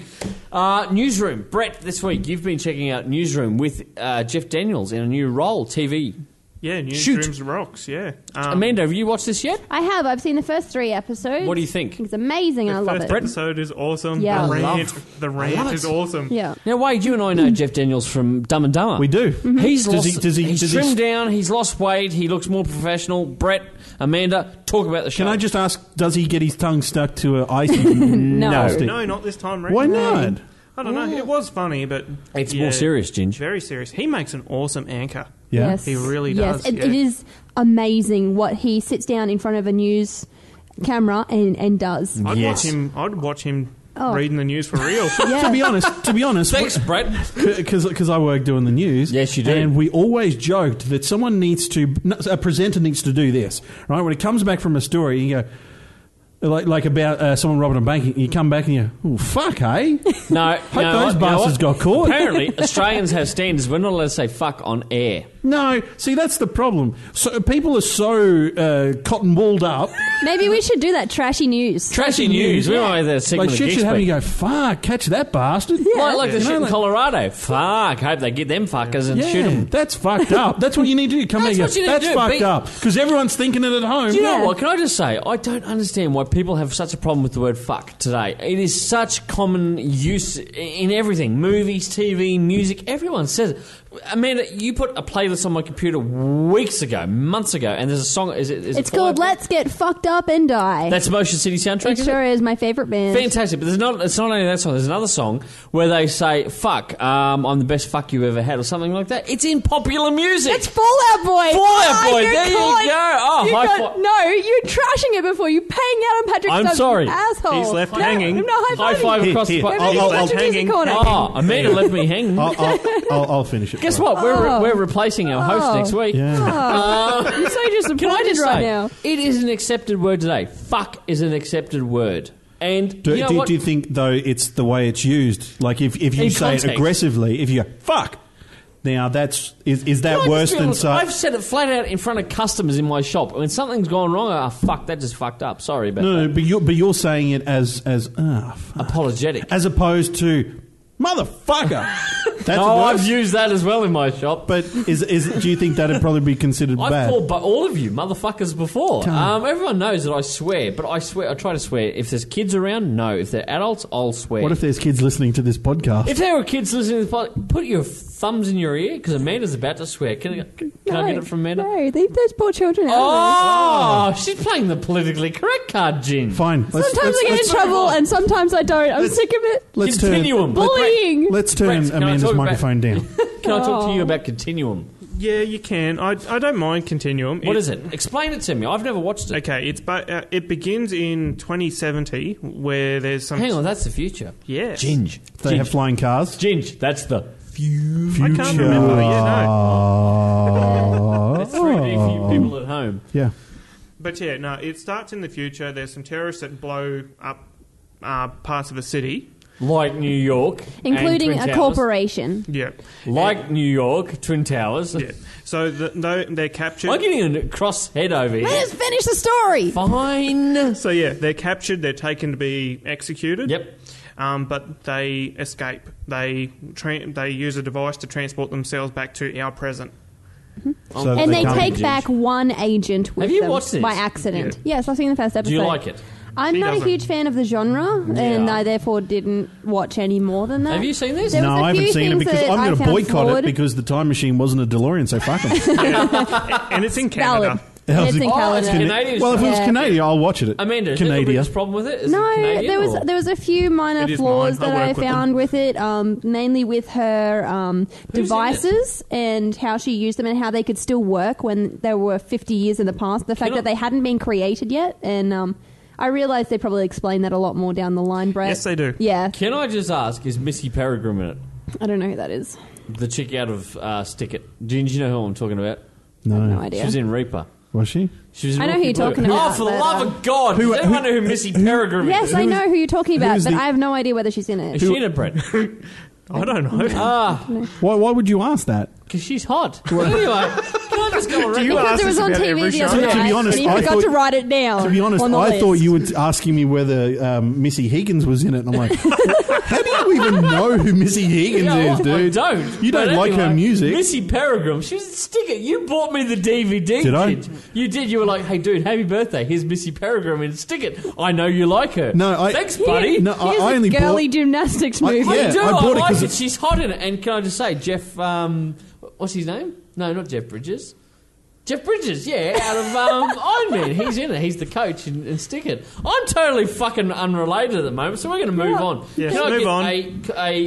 Uh, newsroom, Brett. This week you've been checking out Newsroom with uh, Jeff Daniels in a new role, TV.
Yeah,
Shoot.
newsrooms rocks, yeah. Um,
Amanda, have you watched this yet?
I have. I've seen the first three episodes.
What do you think?
It's amazing. I
the
love
first
it.
episode is awesome.
Yeah. I
The rant,
love-
the
I love
rant
it.
is awesome.
Yeah.
Now, Wade, you and I know Jeff Daniels from Dumb and Dumber.
Hmm. We do.
Mm-hmm. He's
Does
lost.
he- does he-
he's
does he-
trimmed down. He's lost weight. He looks more professional. Brett, Amanda, talk about the show.
Can I just ask, does he get his tongue stuck to an icy no. stick?
No, not this time round.
Why not?
I don't know. It was funny, but
It's
yeah,
more serious, Ginge.
Very serious. He makes an awesome anchor.
Yeah.
Yes.
He really
yes.
does,
It, it
yeah.
is amazing what he sits down in front of a news camera and, and does.
I'd
Mm.
Yes.
watch him. I'd watch him
Oh.
reading the news for real.
Yeah.
To be honest, to be honest,
Thanks, Brett.
because I work doing the news.
Yes, you do.
And we always joked that someone needs to, a presenter needs to do this, right? When it comes back from a story, you go. Like, like about uh, someone robbing a bank, you come back and you, oh fuck, hey,
No,
Hope
no,
those
you know
bastards
what?
got caught.
Apparently, Australians have standards. We're not allowed to say fuck on air.
no. See, that's the problem. So people are so uh, cotton wooled up.
Maybe we should do that trashy news.
Trashy news. We don't want that segment
like
of
shit
Geek
should happen.
Speak.
You go, fuck, catch that bastard.
Like, like the
You
shit
know,
in
like-
Colorado. Fuck. Hope they get them fuckers and
Yeah,
shoot 'em. shoot them.
That's fucked up. That's what you need to do. Come
That's
here.
what you need to
that's
do.
fucked
Be-
up because everyone's thinking it at home.
Do you
Yeah.
know what? Can I just say, I don't understand why people have such a problem with the word fuck today. It is such common use in everything movies, TV, music, everyone says it. Amanda, you put a playlist on my computer weeks ago, months ago, and there's a song. Is it, is it
It's called
Fallout?
Let's Get Fucked Up and Die.
That's Motion City soundtrack. is
it
it?
sure is my favorite band.
Fantastic, but there's not. It's not only that song. There's another song where they say "fuck," um, I'm the best fuck you ever had, or something like that. It's in popular music.
It's Fallout Boy.
Fallout
Ah,
Boy,
you're
there you
calling-
go. Oh,
you
high
got-
fi-
no, you're trashing it before you paying out on Patrick.
I'm
Stubbs,
sorry.
you asshole.
He's left
no,
hanging.
I'm not
High
high
five
fiving.
across the.
Here,
Po-
here.
Maybe
oh,
just let the
hanging.
music corner.
oh, Amanda left me hanging.
I'll, I'll, I'll, I'll finish it.
Guess
for
what? We're,
Oh.
we're replacing our host
Oh.
next week.
Yeah.
Uh,
I'm so disappointed
can I just
right
say,
now.
it is an accepted word today. Fuck is an accepted word, and
Do,
you know
do,
what?
do you think though it's the way it's used? Like if, if you
In
say it
context.
aggressively, if you go fuck, now that's is, is
Can I
that
just
worse
be
than
honest?
say?
I've said it flat out in front of customers in my shop. When something's gone wrong, ah, fuck, that just fucked up. Sorry about
No,
that.
no, but you're but you're saying it as as ah, fuck.
Apologetic.
as opposed to motherfucker. that's
No,
worse.
Oh, I've used that as well in my shop.
but is is do you think that'd probably be considered
I've
bad?
called by all of you motherfuckers before.
Come on.
Um, everyone knows that I swear, but I swear I try to swear. If there's kids around, no. If they're adults, I'll swear.
What if there's kids listening to this podcast?
if there were kids listening to the pod, put your thumbs in your ear because Amanda's about to swear. Can I, can I get it from Amanda?
No, leave those poor children out. of
Oh, she's playing the politically correct card, Jin.
Fine.
this.
Let's,
Sometimes
let's,
I get in
let's-
trouble and sometimes I don't. I'm sick of it.
let's
Continuum.
turn.
Bullying.
Let's turn
Brett, can I talk
Amanda's
about-
microphone down.
Can I talk to you
Oh.
about Continuum?
yeah, you can. I, I don't mind Continuum.
What is it? Explain it to me. I've never watched it.
Okay, it's but uh, it begins in 2070 where there's some
Hang on, that's the future.
Yes.
Ginge.
They have
Ginge.
flying cars.
Ginge. That's the
I
future.
can't remember. Yeah, no.
It's 3D for you people at home.
yeah.
But yeah, no, it starts in the future. There's some terrorists that blow up uh, parts of a city.
Like New York. and
Including
Twin
a
Towers.
corporation.
Yeah.
Like New York, Twin Towers.
Yeah. So the, no, they're captured.
I'm getting a cross head over
Let
here.
us finish the story.
Fine.
So yeah, they're captured. They're taken to be executed.
Yep.
Um, but they escape. They tra- they use a device to transport themselves back to our present.
So
And they
can't-
take back one agent with
Have you
them
watched this?
by accident. Yes, I've seen the first episode.
Do you like it?
I'm
He
not
doesn't.
a huge fan of the genre, and
Yeah.
I therefore didn't watch any more than that.
Have you seen this?
There
No,
was a
I haven't
few
seen it
things
because
that
I'm
I
going to
found
boycott
flawed.
it because the time machine wasn't a DeLorean, so fuck 'em.
And it's in Canada.
Valid.
That was
It's
a-
in
Oh,
it's
Canada.
Cana- Canadian
well, if it was
Yeah.
Canadian, I'll watch it.
Amanda, is that the
Canadian.
biggest problem with it? Is
No,
it Canadian
there was
or-
there was a few minor
It is
flaws
mine. I
that I
work with
found with it, um, mainly with her um,
Who's in it?
devices and how she used them and how they could still work when they were 50 years in the past. The fact
Can I-
that they hadn't been created yet, and um, I realize they probably explain that a lot more down the line, Brett.
Yes, they do.
Yeah,
Can I just ask, is Missy Peregrine in it?
I don't know who that is.
The chick out of uh, Stick It. Do you, do you know who I'm talking about?
I have no
No.
She
idea.
was in Reaper.
Was she?
She was in
I know who
Rookie
you're
Blue.
talking about,
Oh, for the
but,
love
um,
of God. Who,
Who-
Does anyone know who Missy Peregrine
Yes,
is?
I know who you're talking about,
is
but
the-
I have no idea whether she's in
Is
it.
she in it, Brett?
I don't know.
Ah,
Why, why would you ask that?
because she's hot. anyway, can I just go around?
you
because
ask
it was
us
on
about
TV
every
the
show.
other
To
night,
be honest,
and he
I
forgot
thought-
to write it down.
To be honest,
on the
I
list.
thought you were asking me whether um, Missy Higgins was in it, and I'm like, how do you even know who Missy Higgins
Yeah,
is,
I- I
dude?
don't.
You don't
But
like her
anyway,
music.
Missy Peregrine. She was a sticker. You bought me the DVD.
Did I?
kid. You did. You were like, "Hey, dude, happy birthday. Here's Missy Peregrine and stick it. I know you like her.
No, I-
thanks,
He
buddy.
No,
Here's
I, I
a
only
girly
bought.
gymnastics
I-
movie.
I
yeah,
do.
I
I,
bought it
like
'cause
it.
it-
She's hot in it. And can I just say, Jeff? Um, what's his name? No, not Jeff Bridges. Jeff Bridges, yeah, out of um, Iron Man. He's in it. He's the coach and, and stick it. I'm totally fucking unrelated at the moment, so we're going to move on.
Yes,
can I
move
get
on.
A,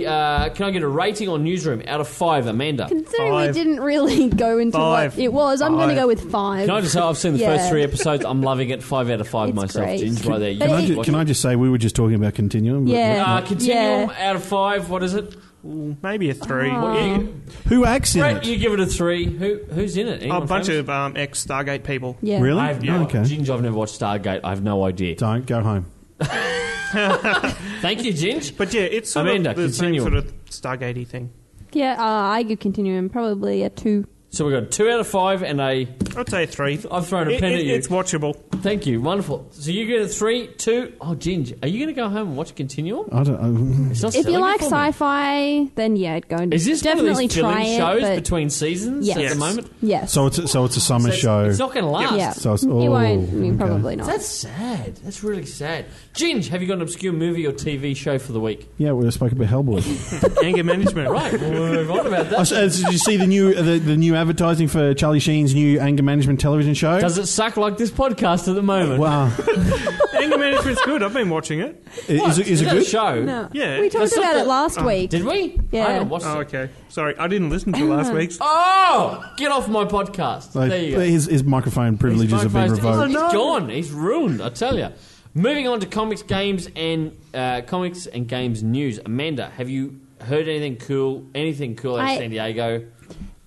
a, uh, can I get a rating on Newsroom out of five, Amanda?
Considering
Five.
we didn't really go into
Five.
what it was, I'm going to
Five.
go with five.
Can I just say I've seen the first
Yeah.
three episodes. I'm loving it. Five out of five
It's
myself.
great.
Binge right there. You
But
Can I,
it-
ju- can I just say we were just talking about Continuum? but-
Yeah.
Uh, continuum
Yeah.
out of five. What is it?
Maybe a three.
You,
Who acts in
Brett,
it?
you give it a three. Who who's in it?
A
Anyone
bunch
famous?
of um, ex Stargate people.
yeah.
Really?
I have no.
Oh, okay.
Ginge, I've never watched Stargate. I have no idea.
Don't go home.
Thank you, Ginge.
But yeah, it's sort
Amanda,
of the
continue.
same sort of Stargatey thing.
Yeah, uh, I could continue and probably a two.
So we got two out of five and a.
I'd say three.
I've thrown a
It-
pen
it-
at you.
It's watchable.
Thank you. Wonderful. So you get a three, two. Oh, Ginge, are you going to go home and watch Continuum?
I don't.
It's not
If you
selling it
like
for me.
sci-fi, then yeah, it'd go into
is this
definitely
one of these
try
filling
it.
shows
but
between seasons
Yes.
at the
Yes.
moment?
yes,
So it's a- so it's a summer
So it's-
show.
It's not going to last.
yeah,
So it's-
you won't. I
oh,
mean,
okay.
probably not.
That's sad. That's really sad. Ginge, have you got an obscure movie or TV show for the week?
yeah, we spoke about Hellboy.
Anger management.
Right, we'll move on about
Oh,
that.
so, uh, did you see the new uh, the, the new advertising for Charlie Sheen's new anger management television show?
Does it suck like this podcast at the moment?
wow,
Anger management's good. I've been watching it.
is, it is it
that a
good?
show?
no.
Yeah.
we talked
That's not
about
the-
it last week.
Did we?
Yeah.
I haven't watched
Oh,
it.
okay. Sorry, I didn't listen to last week's.
Oh! Get off my podcast.
Like,
there you go.
his, his microphone privileges
He's
have been
microphoned.
revoked.
He's gone. He's ruined. I tell you. Moving on to comics, games, and uh, comics and games news. Amanda, have you heard anything cool? Anything cool out of
I-
San Diego?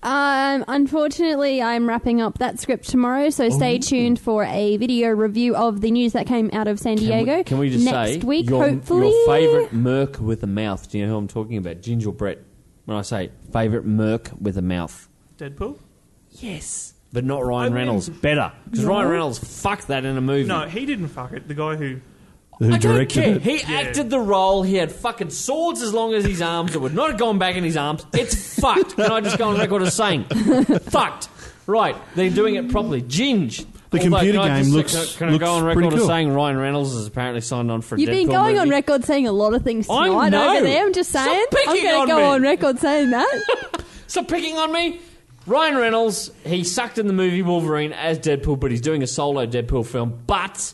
Um, unfortunately, I'm wrapping up that script tomorrow,
Oh.
so stay tuned for a video review of the news that came out of San
Can we-
Diego.
Can we, just
next
say
week?
your,
hopefully,
your favorite merc with a mouth? Do you know who I'm talking about? Ginger Brett. When I say favorite merc with a mouth,
Deadpool?
yes, but not
I
Ryan
mean-
Reynolds. Better because Ryan Reynolds fucked that in a movie.
No, he didn't fuck it. The guy who.
Who
I don't
directed
care.
it?
He acted the role. He had fucking swords as long as his arms. It would not have gone back in his arms. It's fucked. Can I just go on record as saying fucked? Right, they're doing it properly. Ginge.
The computer
can I
game
just-
looks-
Can, can I
looks
go on
pretty
record as
cool.
saying Ryan Reynolds has apparently signed on for? a
You've been
Deadpool
going on
movie?
record saying a lot of things
I
tonight
know.
over there. I'm just
Stop
saying. I'm
picking
going
on
to go
me.
on record saying that.
Stop picking on me. Ryan Reynolds, he sucked in the movie Wolverine as Deadpool, but he's doing a solo Deadpool film. But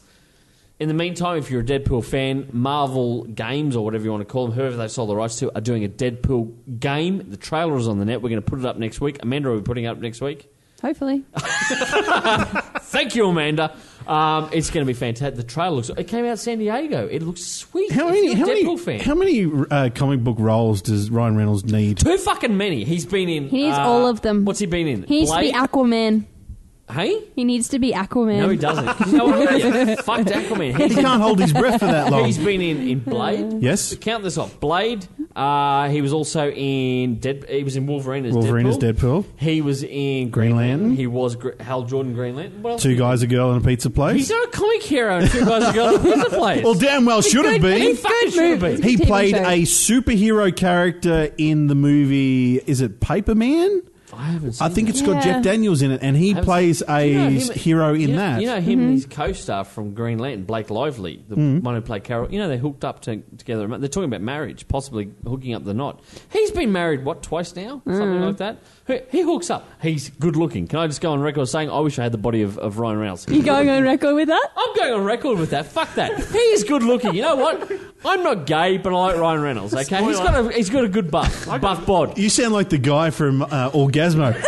in the meantime, if you're a Deadpool fan, Marvel Games or whatever you want to call them, whoever they sold the rights to, are doing a Deadpool game. The trailer is on the net. We're going to put it up next week. Amanda, are we putting it up next week?
Hopefully,
Thank you, Amanda. Um, it's going to be fantastic. The trailer looks. It came out San Diego. It looks sweet.
How
If
many
you're a
how many,
Deadpool fan?
how many uh, comic book roles does Ryan Reynolds need?
Too fucking many. He's been in.
He needs
uh,
all of them.
What's he been in?
he needs
Blade?
to be Aquaman.
Hey.
He needs to be Aquaman.
No, he doesn't. no, I hear you. Fuck Aquaman.
He
He's,
can't hold his breath for that long.
he's been in, in Blade.
Yes.
Count this off. Blade. Uh, he was also in Dead. He was in Wolverine as
Wolverine
Deadpool.
as Deadpool.
He was in
Green Lantern.
He was Gr- Hal Jordan Green Lantern. What else?
Two guys, a girl, and a pizza
He's
place.
not a comic hero. and Two guys are going to pizza place.
Well, damn well should have
He
been.
fucking should have been.
He
TV
played
show.
a superhero character in the movie. Is it Paper Man?
I haven't seen
I think
that.
it's got
Yeah.
Jeff Daniels in it, and he
Haven't
plays
seen-
a
Do you know him-
hero in
you know-
that.
You know him and his co-star from Green Lantern, Blake Lively, the
Mm-hmm.
one who played Carol. You know they're hooked up to, together. They're talking about marriage, possibly hooking up the knot. He's been married what twice now, something like that. He, he hooks up. He's good looking. Can I just go on record saying I wish I had the body of, of Ryan Reynolds?
You going on record with that?
I'm going on record with that. Fuck that. He is good looking. You know what? I'm not gay, but I like Ryan Reynolds. Okay, he's got a he's got a good buff, buff bod.
You sound like the guy from uh, Orgasmo.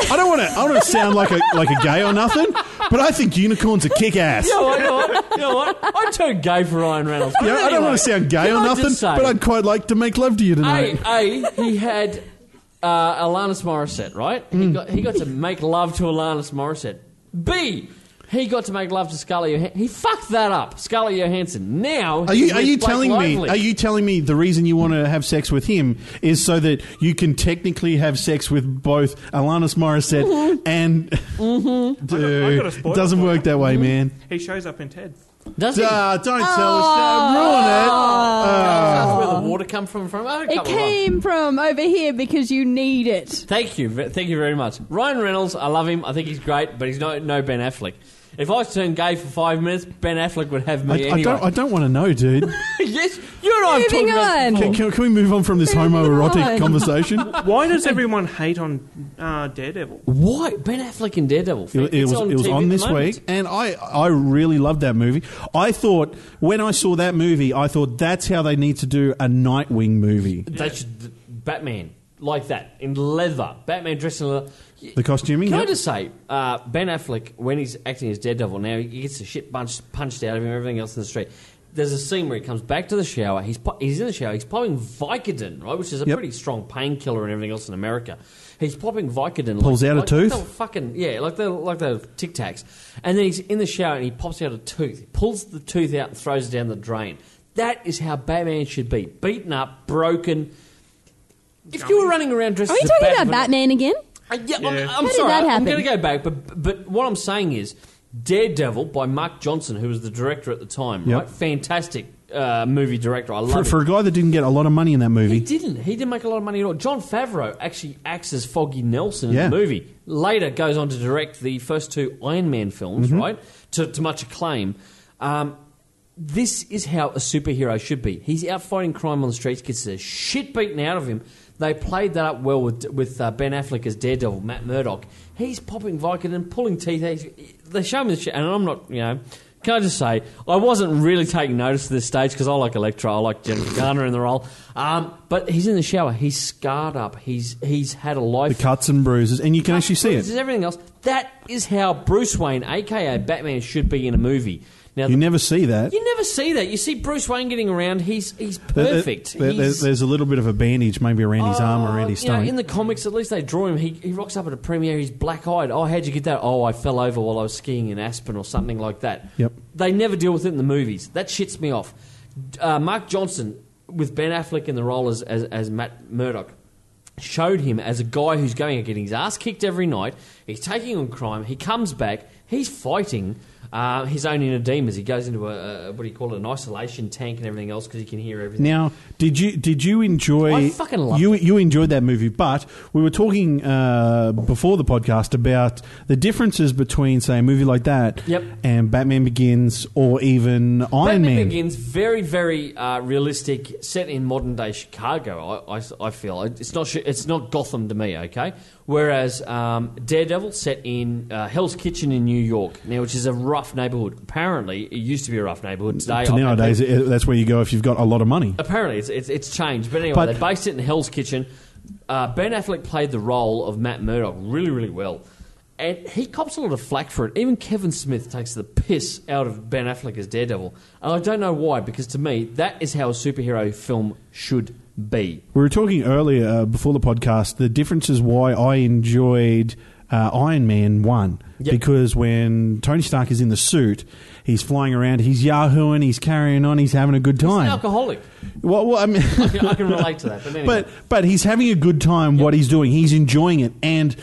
I don't want to. I don't sound like a like a gay or nothing, but I think unicorns are kick ass.
You know what? You know what? You know what? I turned gay for Ryan Reynolds.
You know, I don't want to sound gay
Can
or
I just
nothing,
say-
but I'd quite like to make love to you
A,
tonight.
A, he had uh, Alanis Morissette, right?
Hmm.
He, got, he got to make love to Alanis Morissette. B, he got to make love to Scarlett Johansson. He fucked that up, Scarlett Johansson. Now,
are
he's
you are
with
you
Blake
telling me?
Lively.
Are you telling me the reason you want to have sex with him is so that you can technically have sex with both Alanis Morissette
Mm-hmm.
and?
I
Dude,
got a spoiler
it doesn't
for
work that
Mm-hmm.
way, man.
He shows up in Ted.
Does he?
Ah, don't tell us that. Ruin it.
That's where the water come from? From oh, a
It
couple of ones.
came from over here because you need it.
Thank you, ve- thank you very much, Ryan Reynolds. I love him. I think he's great, but he's no no Ben Affleck. If I was turned gay for five minutes, Ben Affleck would have me
I,
anyway.
I don't. I don't want to know, dude.
yes, you and I have
Moving
talked about this
on.
before.
Can, can, can we move on from this
Moving
homoerotic
on.
conversation?
Why does everyone hate on uh, Daredevil?
Why Ben Affleck and Daredevil? Daredevil.
It,
Fan.
it
It's
was
on
it was
TV
on
at the
this
moment.
week, and I I really loved that movie. I thought when I saw that movie, I thought that's how they need to do a Nightwing movie.
They should Batman like that in leather. Batman dressed in leather.
The costuming,
Can I
yep.
just say, uh, Ben Affleck when he's acting as Daredevil now, he gets the shit punched, punched out of him, everything else in the street. There's a scene where he comes back to the shower. He's po- he's in the shower. He's popping Vicodin, right, which is a
Yep.
pretty strong painkiller and everything else in America. He's popping Vicodin.
Pulls
like,
out a
like
tooth?
they're Fucking yeah, like the like the Tic Tacs. And then he's in the shower and he pops out a tooth. He pulls the tooth out and throws it down the drain. That is how Batman should be: beaten up, broken. If you were running around dressed
Are we
as a
talking about
Batman-
Batman again?
I, yeah,
Yeah.
I'm,
How
I'm
did
sorry.
that
I'm
happen?
going to go back, but but what I'm saying is, Daredevil by Mark Johnson, who was the director at the time,
Yep.
right? Fantastic uh, movie director. I love
for,
it.
for a guy that didn't get a lot of money in that
he
movie.
didn't. He didn't make a lot of money at all. John Favreau actually acts as Foggy Nelson in
Yeah.
the movie. Later goes on to direct the first two Iron Man films, right? To, to much acclaim. Um, this is how a superhero should be. He's out fighting crime on the streets, gets the shit beaten out of him. They played that up well with with uh, Ben Affleck as Daredevil, Matt Murdock. He's popping Vicodin, pulling teeth. He's- They show me the shit, and I'm not, you know. Can I just say, I wasn't really taking notice at this stage because I like Electra, I like Jennifer Garner in the role. Um, but he's in the shower, he's scarred up, he's he's had a
The
life
cuts and bruises, and you can actually see
this
it.
is everything else. That is how Bruce Wayne, aka Batman, should be in a movie. Now,
You never see that.
you never see that. You see Bruce Wayne getting around. He's he's
There- there-
perfect.
there-
He's-
there's, there's a little bit of a bandage maybe around his arm or
Oh,
around his
you know,
stomach.
in the comics, at least they draw him. He, he rocks up at a premiere. He's black eyed. Oh, how'd you get that? Oh, I fell over while I was skiing in Aspen or something like that.
Yep.
They never deal with it in the movies. That shits me off. Uh, Mark Johnson with Ben Affleck in the role as, as, as Matt Murdock showed him as a guy who's going and getting his ass kicked every night. He's taking on crime. He comes back. He's fighting uh, his own inner demons. He goes into a, a what do you call it, an isolation tank and everything else because he can hear everything.
Now, did you did you enjoy?
I fucking loved
you. You enjoyed that movie, but we were talking uh, before the podcast about the differences between, say, a movie like that
Yep.
and Batman Begins, or even Iron
Batman
Man.
Begins, very, very uh, realistic, set in modern day Chicago. I, I, I feel it's not Chi- it's not Gotham to me. Okay, whereas um, Daredevil set in uh, Hell's Kitchen in New York now, which is a rough neighborhood. Apparently, it used to be a rough neighborhood. Today,
to
I've-
nowadays, it- that's where you go if you've got a lot of money.
Apparently, it's, it's, it's changed. But anyway,
But-
they based it in Hell's Kitchen. Uh, ben Affleck played the role of Matt Murdock really, really well. And he cops a lot of flack for it. Even Kevin Smith takes the piss out of Ben Affleck as Daredevil. And I don't know why, because to me, that is how a superhero film should be.
We were talking earlier uh, before the podcast the differences why I enjoyed uh, Iron Man one
Yep.
because when Tony Stark is in the suit, he's flying around, he's yahooing, he's carrying on, he's having a good
He's an
time.
alcoholic.
Well, well, I mean,
I can, I can relate to that. But anyway.
but but he's having a good time. What he's doing, he's enjoying it, and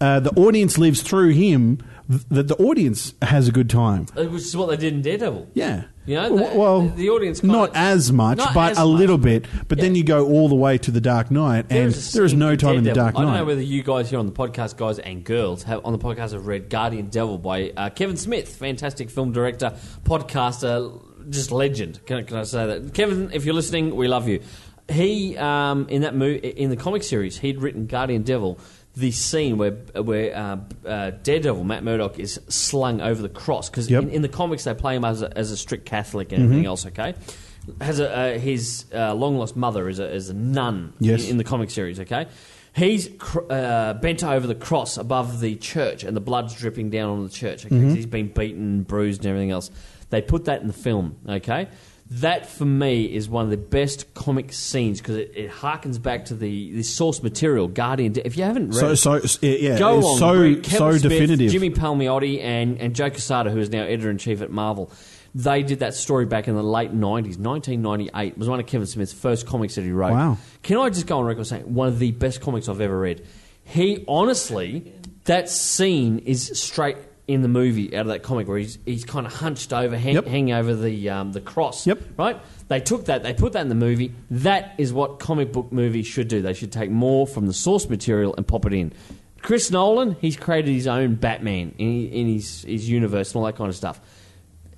uh, the audience lives through him. th- That the audience has a good time.
Uh, which is what they did in Daredevil.
Yeah.
You know,
W-
the- the- the audience kinda-
not as much,
Not
but
as
a
much.
little bit. But then
Yeah.
you go all the way to the Dark Knight, and
a
there is
scene
no time in
Daredevil.
the Dark
I don't know
Knight.
whether you guys here on the podcast, guys and girls, have on the podcast have read Guardian Devil by uh, Kevin Smith, fantastic film director, podcaster, just legend. Can, I- can I say that, Kevin? If you're listening, we love you. He um, in that movie in the comic series, he'd written Guardian Devil. The scene where where uh, uh, Daredevil Matt Murdock is slung over the cross because
Yep. Mm-hmm.
in, in the comics they play him as a, as a strict Catholic and everything else. Okay, has a, uh, his uh, long lost mother is a, is a nun
Yes.
in, in the comic series. Okay, he's cr- uh, bent over the cross above the church, and the blood's dripping down on the church. Okay,
Mm-hmm.
'cause he's been beaten, bruised, and everything else. They put that in the film. Okay, that for me is one of the best comic scenes because it, it harkens back to the, the source material, Guardian. If you haven't read,
So
it,
so s- yeah, yeah,
go
it's
on.
so
read Kevin
so
Smith,
definitive.
Jimmy Palmiotti and, and Joe Quesada, who is now editor in chief at Marvel, they did that story back in the late nineties, nineteen ninety eight. Was one of Kevin Smith's first comics that he wrote.
Wow.
Can I just go on record saying one of the best comics I've ever read? He honestly, that scene is straight in the movie out of that comic where he's he's kind of hunched over, hang,
Yep.
hanging over the um, the cross.
Yep.
Right. They took that. They put that in the movie. That is what comic book movies should do. They should take more from the source material and pop it in. Chris Nolan, he's created his own Batman in, in his his universe and all that kind of stuff.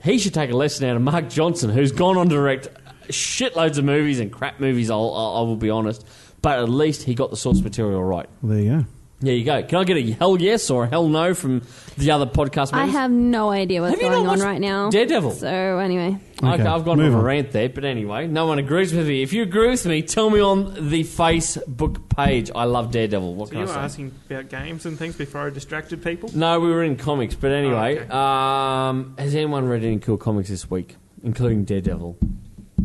He should take a lesson out of Mark Johnson, who's gone on to direct shitloads of movies and crap movies. I'll, I'll, I will be honest, but at least he got the source material right.
there you go.
There you go. Can I get a hell yes or a hell no from the other podcast?
I
members?
have no idea what's
Have you not
going on
watched
right now.
Daredevil?
So anyway,
Okay,
Okay,
I've gone
move
on a
on.
rant there, but anyway, no one agrees with me. If you agree with me, tell me on the Facebook page. I love Daredevil. What
So
can
you were
I say?
asking about games and things before I distracted people.
No, we were in comics, but anyway,
Oh, okay.
um, has anyone read any cool comics this week, including Daredevil?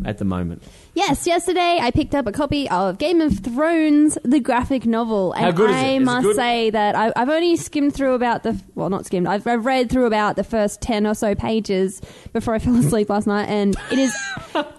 At the moment,
yes, yesterday I picked up a copy of Game of Thrones, the graphic novel, and
How good is it?
I
Is it
must
good?
say that I, I've only skimmed through about the well, not skimmed. I've, I've read through about the first ten or so pages before I fell asleep last night, and it is.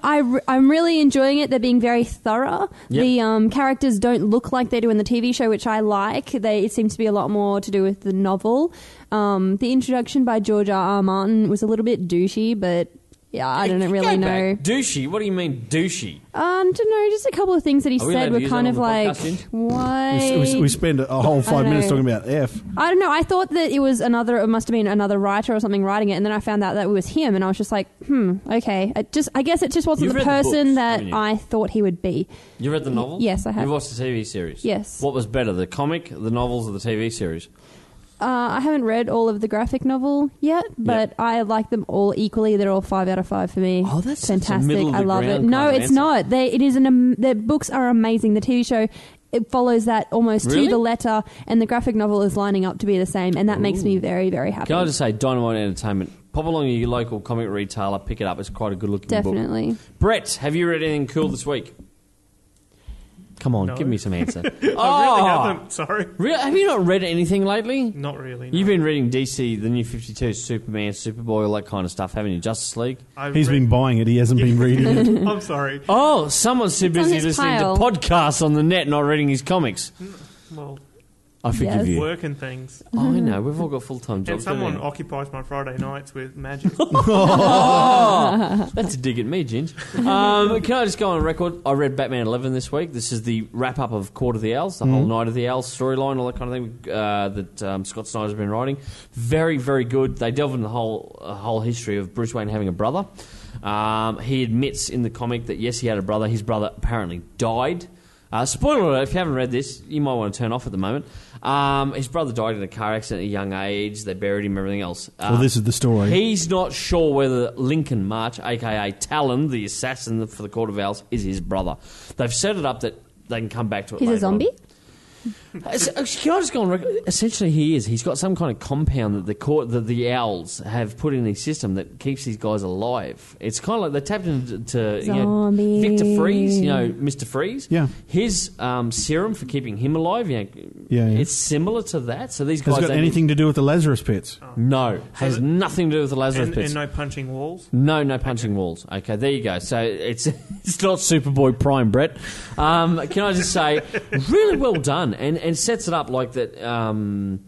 I re- I'm really enjoying it. They're being very thorough.
Yep.
The um, characters don't look like they do in the TV show, which I like. They it seems to be a lot more to do with the novel. Um, the introduction by George R. R. Martin was a little bit douchey, but. Yeah, I don't
Go
really
back.
know.
Douchey. What do you mean douchey?
Um, don't know. Just a couple of things that he
Are we allowed
said
to
were
use
kind
that
of
on the
like,
podcast, Jen?
why?
We, we, we spend a whole
I
five
don't
minutes
know.
talking about F.
I don't know. I thought that it was another. It must have been another writer or something writing it, and then I found out that it was him, and I was just like, hmm, okay. I just, I guess it just wasn't
You've
the
read the
person
books,
that
haven't you?
I thought he would be.
You read the novel?
yes, I have.
You watched the TV series?
Yes.
What was better, the comic, the novels, or the TV series?
Uh, I haven't read all of the graphic novel yet, but I like them all equally. They're all five out of five for me.
Oh, that's- that's a
fantastic!
middle of
I
the
love it.
ground
No,
kind of
it's
answer.
not. They, it is an. am- Their books are amazing. The TV show it follows that almost
Really?
to the letter, and the graphic novel is lining up to be the same, and that makes me very, very happy.
Can I just say, Dynamite Entertainment? Pop along to your local comic retailer, pick it up. It's quite a good looking book.
Definitely.
Brett, have you read anything cool this week? Come on,
No.
give me some answer.
I really
Oh!
haven't. Sorry.
Real- have you not read anything lately?
Not really. No.
You've been reading DC, the New 52, Superman, Superboy, all that kind of stuff, haven't you? Justice League?
I've
He's been buying it. He hasn't been reading it.
been. I'm sorry.
Oh, someone's too
on
busy
his
listening
pile.
to podcasts on the net, not reading his comics.
Well,
I forgive
Yes.
you.
work and things.
Mm-hmm.
I know, we've all got full time
And
jobs. don't
someone
we?
occupies my Friday nights with magic.
That's a dig at me, Ginge. Um, can I just go on record? I read Batman 11 this week. This is the wrap up of Court of the Owls, the whole
Mm-hmm.
Night of the Owls storyline, all that kind of thing uh, that um, Scott Snyder's been writing. Very, very good. They delve into the whole, uh, whole history of Bruce Wayne having a brother. Um, he admits in the comic that, yes, he had a brother. His brother apparently died. Uh, spoiler alert, if you haven't read this, you might want to turn off at the moment. Um, his brother died in a car accident at a young age. They buried him, everything else. Uh,
Well, this is the story.
He's not sure whether Lincoln March, aka Talon, the assassin for the Court of Owls, is his brother. They've set it up that they can come back to it.
He's a
later on.
zombie.
Es- Can I just go on record? Essentially, he is. He's got some kind of compound that the court, that the owls have put in his system that keeps these guys alive. It's kind of like they tapped into to, you know,
Zombie.
Victor Freeze, you know, Mister Freeze.
Yeah.
his um, serum for keeping him alive. You know,
Yeah, yeah.
it's similar to that. So these guys
Has it got
they-
anything to do with the Lazarus pits?
No, has
that-
nothing to do with the Lazarus
and,
pits.
and no punching walls.
No, no punching walls. Okay, there you go. So it's it's not Superboy Prime, Brett. Um, can I just say, really well done, and and sets it up like that. Um,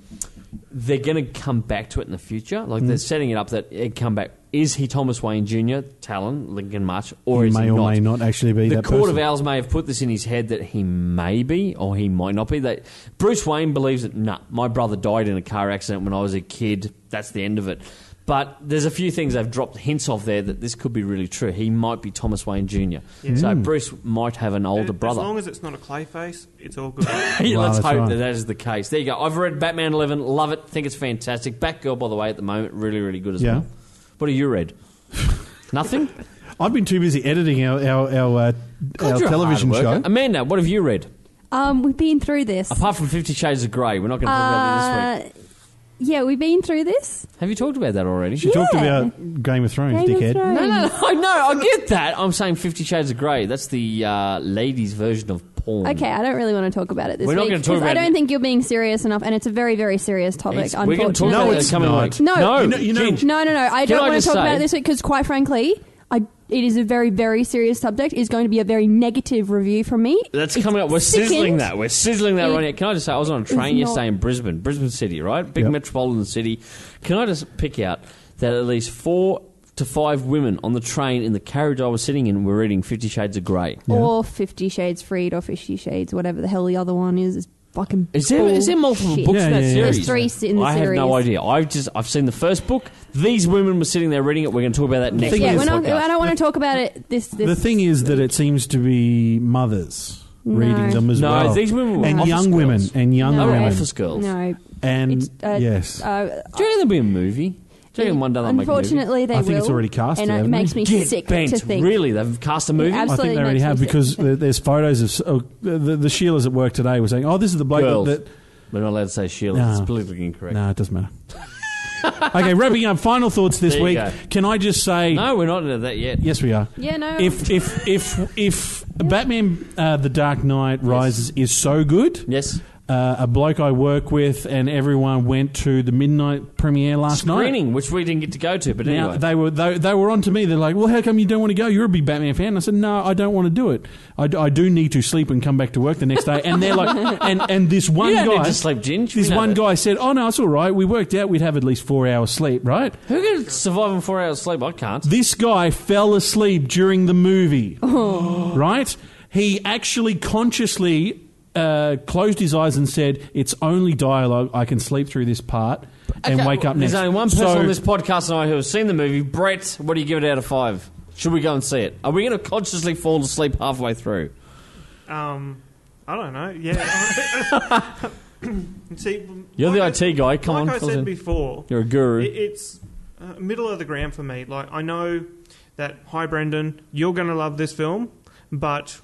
they're going to come back to it in the future. Like
Mm.
they're setting it up that it come back. Is he Thomas Wayne Jr. Talon Lincoln March, or
He
is
may
he
or
not?
may not actually be
the
that
court
person.
of owls may have put this in his head that he may be or he might not be. That Bruce Wayne believes that nah, my brother died in a car accident when I was a kid. That's the end of it. But there's a few things they've dropped hints of there that this could be really true. He might be Thomas Wayne Jr. So
Hmm.
Bruce might have an older
as
brother.
long as it's not a clay face, it's all good.
Hey,
Wow,
Let's
that's
hope
right.
that that is the case. There you go. I've read Batman 11. Love it. Think it's fantastic. Batgirl, by the way, at the moment, really, really good as
Yeah.
well. What have you read? Nothing.
I've been too busy editing our our, our, uh,
God,
our
you're a
television
hard worker.
show.
Amanda, what have you read?
Um, we've been through this.
Apart from Fifty Shades of Grey, we're not going to talk about it
Uh,
this
yeah, we've been through this.
week. Have you talked about that already?
She talked
Yeah.
about Game of Thrones,
Game of
dickhead.
Thrones.
No, no, no, I know, I get that. I'm saying Fifty Shades of Grey. That's the uh, ladies' version of porn.
Okay, I don't really want to talk about it this
We're not
week
gonna talk
'cause I
about
don't
it.
think you're being serious enough, and it's a very, very serious topic.
It's- we're going to talk
unfortunately.
about
No,
it
it's
coming
not.
week.
No.
no,
You
know- you know-
Ginge.
No, no, no. I
Can
don't
I
want
just
to talk
say-
about it this week because, quite frankly, I, it is a very, very serious subject. It's going to be a very negative review from me.
That's coming up. We're
sickened.
sizzling that. We're sizzling that
It-
right now. Can I just say, I was on a train
not-
yesterday in Brisbane, Brisbane City, right? Big
Yep.
metropolitan city. Can I just pick out that at least four to five women on the train in the carriage I was sitting in were reading Fifty Shades of Grey.
Or Fifty Shades Freed or Fifty Shades, whatever the hell the other one is. It's fucking.
Is there, is there multiple
bullshit.
books
Yeah,
in that
yeah, yeah.
series?
There's three s- in the
I have
series.
no idea. I've just I've seen the first book. These women were sitting there reading it. We're going to talk about that next
thing
Yeah,
week.
is-
we're not,
podcast.
I don't want to talk about it. This, this
The thing is that it seems to be mothers. reading
No.
them as
No,
well.
these women were
and
office
young
girls.
women and young
No.
They were
women
office girls.
No.
and
It's, uh,
yes,
Do
Uh,
you reckon there'll be a movie? Do you reckon one day they'll make a movie?
unfortunately, they
I think
will,
it's already cast,
and it
haven't
makes
they?
me
Get
sick
bent.
to think.
Really? They've cast a movie?
I think they
absolutely
already
makes
have
me sick
because
to think.
there- there's photos of s- oh, the, the, the Sheila's at work today were saying, "Oh, this is the bloke
Girls.
that." that
We're not allowed to say Sheila.
No.
It's politically incorrect.
no, it doesn't matter. okay, wrapping up. Final thoughts this
There you
week.
go.
Can I just say?
No, we're not into that yet.
Yes, we are.
Yeah, no.
If if if if Batman: uh, The Dark Knight Rises is so good,
Yes.
uh, a bloke I work with and everyone went to the midnight premiere last night.
Screening, which we didn't get to go to, but
Now
anyway.
they were they, they were on to me. They're like, "Well, how come you don't want to go? You're a big Batman fan." I said, "No, I don't want to do it. I, d- I do need to sleep and come back to work the next day." And they're like, "And and this one
you don't
guy,
need to sleep, Ginge. We
this
know
one
that.
guy said, "Oh no, it's all right. We worked out we'd have at least four hours sleep, right?"
Who can survive on four hours sleep? I can't.
This guy fell asleep during the movie.
Oh.
Right? He actually consciously uh, closed his eyes and said, It's only dialogue. I can sleep through this part and
Okay,
wake up
There's
next.
only one person
So-
on this podcast tonight who has seen the movie. Brett, what do you give it out of five? Should we go and see it? Are we going to consciously fall asleep halfway through?
Um, I don't know. Yeah. See,
You're the
like I-
IT guy. Come
like
on,
I
fill us in.
said before,
You're a guru.
It, it's uh, middle of the ground for me. Like I know that hi Brendan, you're going to love this film, but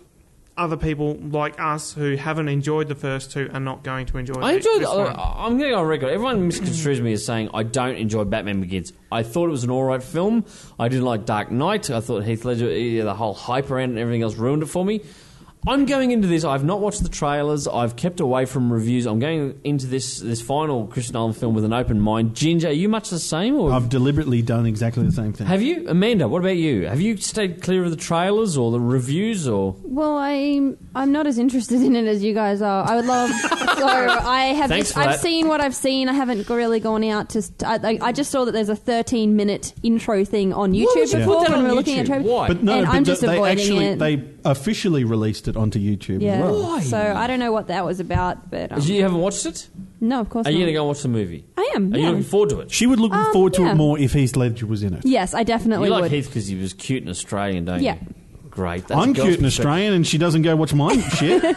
other people like us who haven't enjoyed the first two are not going to enjoy.
I
the-
enjoyed.
This
I,
one.
I'm going to go on record. Everyone misconstrues me as saying I don't enjoy Batman Begins. I thought it was an all right film. I didn't like Dark Knight. I thought Heath Ledger, yeah, the whole hype around it and everything else ruined it for me. I'm going into this. I've not watched the trailers. I've kept away from reviews. I'm going into this this final Chris Nolan film with an open mind. Ginger, are you much the same? Or
I've deliberately done exactly the same thing.
have you, Amanda? What about you? Have you stayed clear of the trailers or the reviews or?
Well, I'm I'm not as interested in it as you guys are. I would love. so I have.
Thanks
Just,
for
I've
that.
seen what I've seen. I haven't g- really gone out to. St- I, I- I just saw that there's a 13 minute intro thing on YouTube
would you
before
put that
when
on
we were looking
YouTube?
at trailer.
Why?
But no,
and
but
I'm just
they
avoiding
actually
it.
they officially released it onto YouTube
yeah.
as well.
Why?
So I don't know what that was about, but um,
You haven't watched it.
no, of course
Are
not.
you going to go and watch the movie?
I am.
Are
yeah.
you looking forward to it?
She would look
Um,
forward to
yeah.
it more if Heath Ledger was in it.
yes, I definitely
You like
would.
Heath because he was cute and Australian, don't
Yeah.
you? Great. That's a
I'm
girl's
cute and
perspective.
Australian, and she doesn't go watch mine. Shit.
I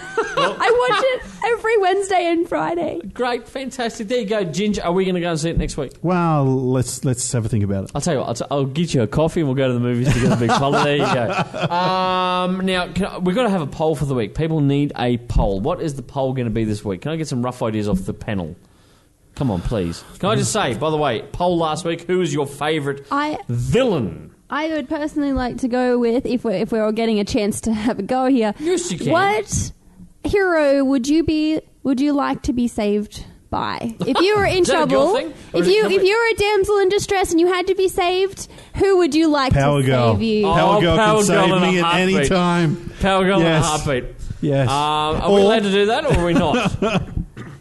watch it every Wednesday and Friday.
Great, fantastic. There you go, Ginger. Are we going to go and see it next week?
Well, let's let's have a think about it.
I'll tell you what. I'll, t- I'll get you a coffee and we'll go to the movies together, big fella. There you go. Um, now can I, we've got to have a poll for the week. People need a poll. What is the poll going to be this week? Can I get some rough ideas off the panel? Come on, please. Can I just say, by the way, poll last week. Who is your favourite
I
villain?
I would personally like to go with if we're if we're all getting a chance to have a go here.
Yes, you can.
What hero would you be? Would you like to be saved by? If you were in
Is that a girl
trouble,
thing? Or
if
is it
you
coming-
if you were a damsel in distress and you had to be saved, who would you like
Power
to
girl.
save you?
Oh,
Power girl
Power
can save
Girl in
me
a
at any
heartbeat.
time.
Power girl and a
Yes.
heartbeat.
Yes.
Um, are
Or-
we allowed to do that, or are we not?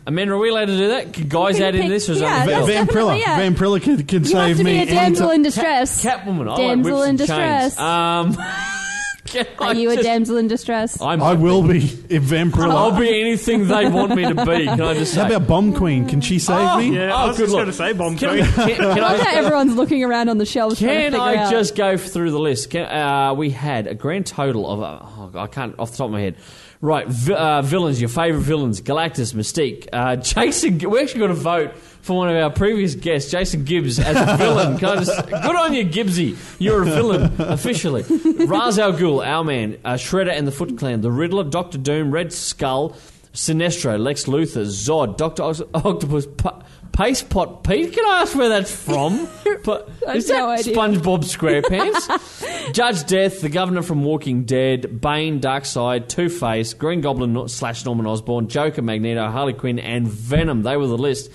Amanda, are we allowed to do that? Can guys
You can
add in
pick-
this? Or is that
yeah,
Va-
that's-
girls?
Vanprilla.
definitely it.
Vanprilla can, can
you have
save
to
me.
be a damsel
anytime.
in distress.
Catwoman. I like
Damsel
whips
in
and
distress.
Chains. Um, can I
Are you a
just- Oh,
damsel in distress?
I'm,
I will be if Vanprilla.
I'll be anything they want me to be. Can I just say?
How about Bomb Queen? Can she save me?
yeah,
Oh,
I was
good
just
lord.
going to say bomb
can, I,
Queen.
can, can
I love how
I,
everyone's looking around on the shelves
can
trying to figure
I
out.
just go through the list? Can, uh, we had a grand total of uh, oh, I can't off the top of my head. Right, vi- uh, villains. Your favorite villains: Galactus, Mystique, uh, Jason. We actually got a vote for one of our previous guests, Jason Gibbs, as a villain. Can I just, good on you, Gibbsy. You're a villain officially. Ra's al Ghul, our man, uh, Shredder and the Foot Clan, the Riddler, Doctor Doom, Red Skull. Sinestro, Lex Luthor, Zod, Doctor Octopus, pa- Pastepot Pete. Can I ask where that's from? But
I
is
have no
that
idea.
SpongeBob SquarePants? Judge Death, the Governor from Walking Dead, Bane, Darkseid, Two Face, Green Goblin no- slash Norman Osborn, Joker, Magneto, Harley Quinn, and Venom. They were the list.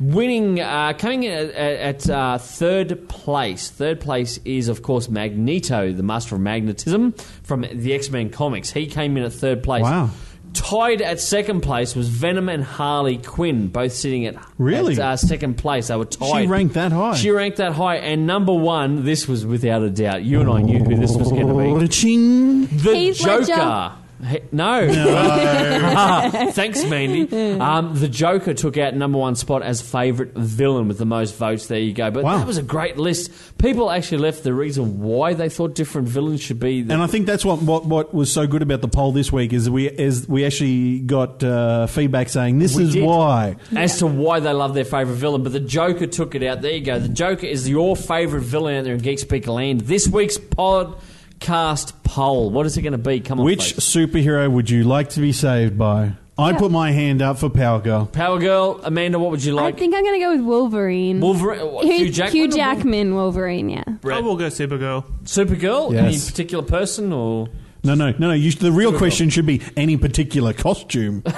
Winning, uh, coming in at, at uh, third place. Third place is, of course, Magneto, the Master of Magnetism from the X Men comics. He came in at third place.
Wow.
Tied at second place was Venom and Harley Quinn, both sitting at
Really?
at, uh, second place. They were tied.
She ranked that high.
She ranked that high, and number one, this was without a doubt. You and I knew who this was going to be.
Ching.
The
Heath
Joker.
Ledger.
He- no. Thanks, Mandy. Um, the Joker took out number one spot as favourite villain with the most votes. There you go. But
Wow.
that was a great list. People actually left the reason why they thought different villains should be. The-
And I think that's what, what, what was so good about the poll this week is we is we actually got uh, feedback saying this
We
is
did.
why.
as to why they love their favourite villain, but the Joker took it out. There you go. The Joker is your favourite villain out there in Geek Speak Land. This week's podcast poll. What is it going to be? Come on,
Which
folks.
superhero would you like to be saved by? I'd
Yeah.
put my hand up for Power Girl.
Power Girl, Amanda? What would you like?
I think I'm going to go with Wolverine.
Wolverine, what,
Hugh,
Hugh Jackman. or
Jackman Wolverine, yeah.
Brett?
I will go Supergirl.
Supergirl?
Yes.
Any particular person or
No, no, no, no. You, the real question should be any particular costume.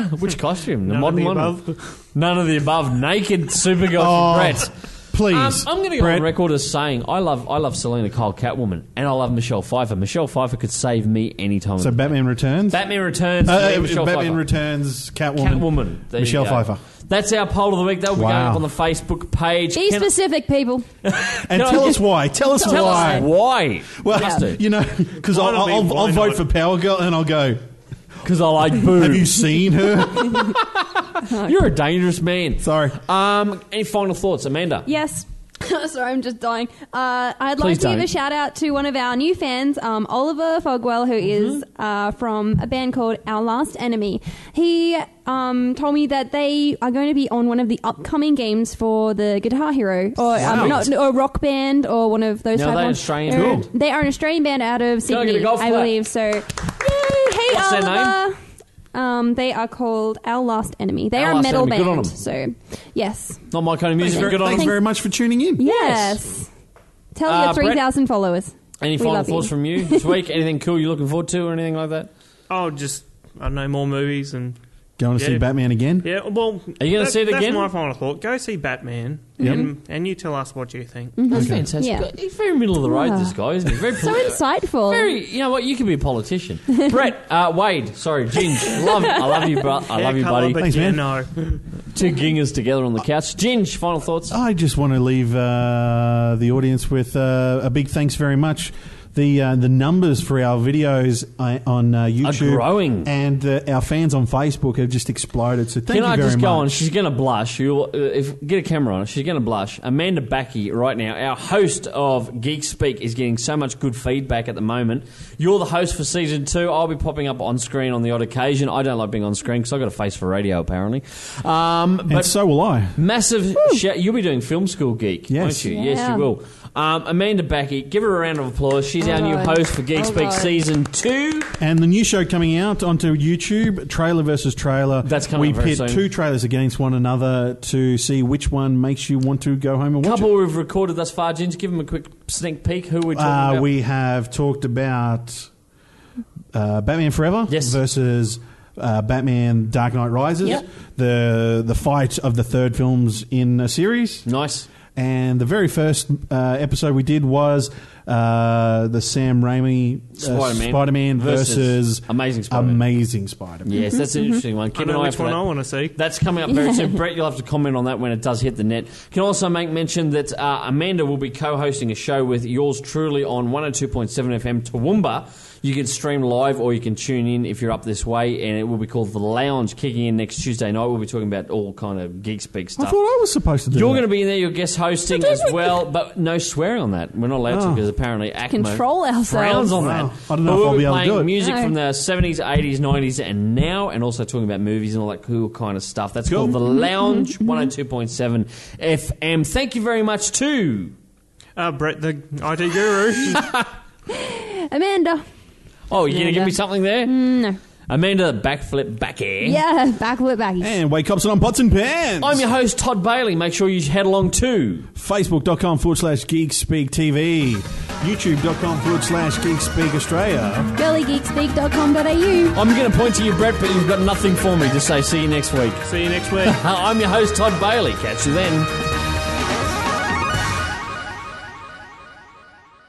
Um, which costume? The
None
modern
of the
one.
above.
None of the above. Naked Supergirl
Oh,
for Brett. Um,
Please,
I'm going to go
Brett,
on record as saying I love I love Selena Kyle Catwoman and I love Michelle Pfeiffer. Michelle Pfeiffer could save me any time.
So Batman Returns.
Batman Returns.
Uh,
yeah,
uh,
Michelle
Batman
Pfeiffer.
Returns. Catwoman.
Catwoman. There you
Michelle
go.
Pfeiffer.
That's our poll of the week. That will be
Wow.
going up on the Facebook page.
Be
Can-
specific, people.
And
No,
tell
you-
us why. Tell us
tell
why.
us why.
Well,
Just do.
you know, because
Why
I'll,
not me?
I'll, I'll
Why
vote
not?
for Power Girl and I'll go.
Because I like boobs.
Have you seen her?
You're a dangerous man.
Sorry.
Um, any final thoughts, Amanda?
Yes. Sorry, I'm just dying. Uh, I'd
Please
like to
don't.
give a shout out to one of our new fans, um, Oliver Fogwell, who
Mm-hmm.
is uh, from a band called Our Last Enemy. He um, told me that they are going to be on one of the upcoming games for the Guitar Hero or
Wow.
um, not, or Rock Band or one of those.
Now
type
they're
ones.
Australian.
They're-
Cool.
They are an Australian band out of
Can I get a
Sydney,
golf
I
clap?
believe. So, yay! Hey,
What's their
Oliver.
name?
Um, they are called Our Last Enemy. They
Our
are a
Last
metal
Enemy.
band.
Good on 'em.
So, yes.
Not my kind of music. but Good on
Thanks
them.
very much for tuning in.
Yes. Tell
Uh,
your
Brett-
3,000 followers.
Any
We
final
love you.
thoughts from you this week? Anything cool you're looking forward to or anything like that?
Oh, just I don't know more movies and
Going to see
Yeah.
Batman again?
yeah. Well,
Are you gonna see it again?
That's my final thought. Go see Batman, and, and you tell us what you think.
That's fantastic.
Yeah.
He's very middle of the road,
Yeah.
this guy, isn't he? Very,
So insightful.
very. You know what? You could be a politician. Brett, uh, Wade, sorry, Ginge. Love, I love you, bro. I love you,
Hair colour,
buddy.
But
Thanks,
yeah,
man.
No,
Two gingers together on the couch. Ginge, final thoughts.
I just want to leave uh, the audience with uh, a big thanks very much. The, uh, the numbers for our videos uh, on uh, YouTube
growing.
and uh, our fans on Facebook have just exploded. So thank
Can
you
I
very
just
much.
go on? She's going to blush. You'll, uh, if get a camera on her, she's going to blush. Amanda Backey, right now, our host of Geek Speak, is getting so much good feedback at the moment. You're the host for season two. I'll be popping up on screen on the odd occasion. I don't like being on screen because I've got a face for radio, apparently. Um,
and
but
so will I.
massive shout! You'll be doing film school geek,
Yes.
won't you?
Yeah.
Yes, you will. Um, Amanda Backey, give her a round of applause. She's
Oh,
our new
God.
host for Geek
Oh,
Speak
God.
season two.
And the new show coming out onto YouTube, trailer versus trailer.
That's coming
We
up very
pit
soon.
two trailers against one another to see which one makes you want to go home and watch it.
Couple we've recorded thus far, Jins. Give them a quick sneak peek. Who we're talking
Uh,
about?
we have talked about uh, Batman Forever
Yes.
versus uh, Batman Dark Knight Rises,
Yep.
the the fight of the third films in a series,
nice.
and the very first uh, episode we did was uh, the Sam Raimi uh,
Spider-Man
Spider-Man
versus
versus,
Amazing Spider-Man.
Amazing Spider-Man.
Yes, that's an interesting one.
Mm-hmm. I
Keep an
know
eye out
which
for
one
that.
I want to see.
That's coming up very soon. Brett, you'll have to comment on that when it does hit the net. Can also make mention that uh, Amanda will be co hosting a show with yours truly on 102.7 FM Toowoomba. You can stream live or you can tune in if you're up this way, and it will be called The Lounge, kicking in next Tuesday night. We'll be talking about all kind of geek speak
I
stuff.
thought I was supposed to do
You're
that.
going to be in there, you're guest hosting as well, but no swearing on that. We're not allowed to
Oh.
because apparently ACMA
Control ourselves.
frowns on
Wow.
that.
I don't know
But
if
we'll
I'll be able to
playing
do it.
music
No.
from the 70s, 80s, 90s, and now, and also talking about movies and all that cool kind of stuff. That's
Cool.
called The Lounge 102.7 FM. Thank you very much to.
Uh, Brett, the IT guru.
Amanda.
Oh, you're going to give me
Amanda. Mm,
something there? no. Amanda, backflip, back air.
Yeah, backlit baggy.
And wake up, sit on pots and pans.
I'm your host, Todd Bailey. Make sure you head along too.
Facebook.com forward slash Geekspeak TV. YouTube.com forward slash Geekspeak Australia.
Girlygeekspeak.com.au.
I'm going to point to you, Brett, but you've got nothing for me. Just say see you next week.
see you next week.
I'm your host, Todd Bailey. Catch you then.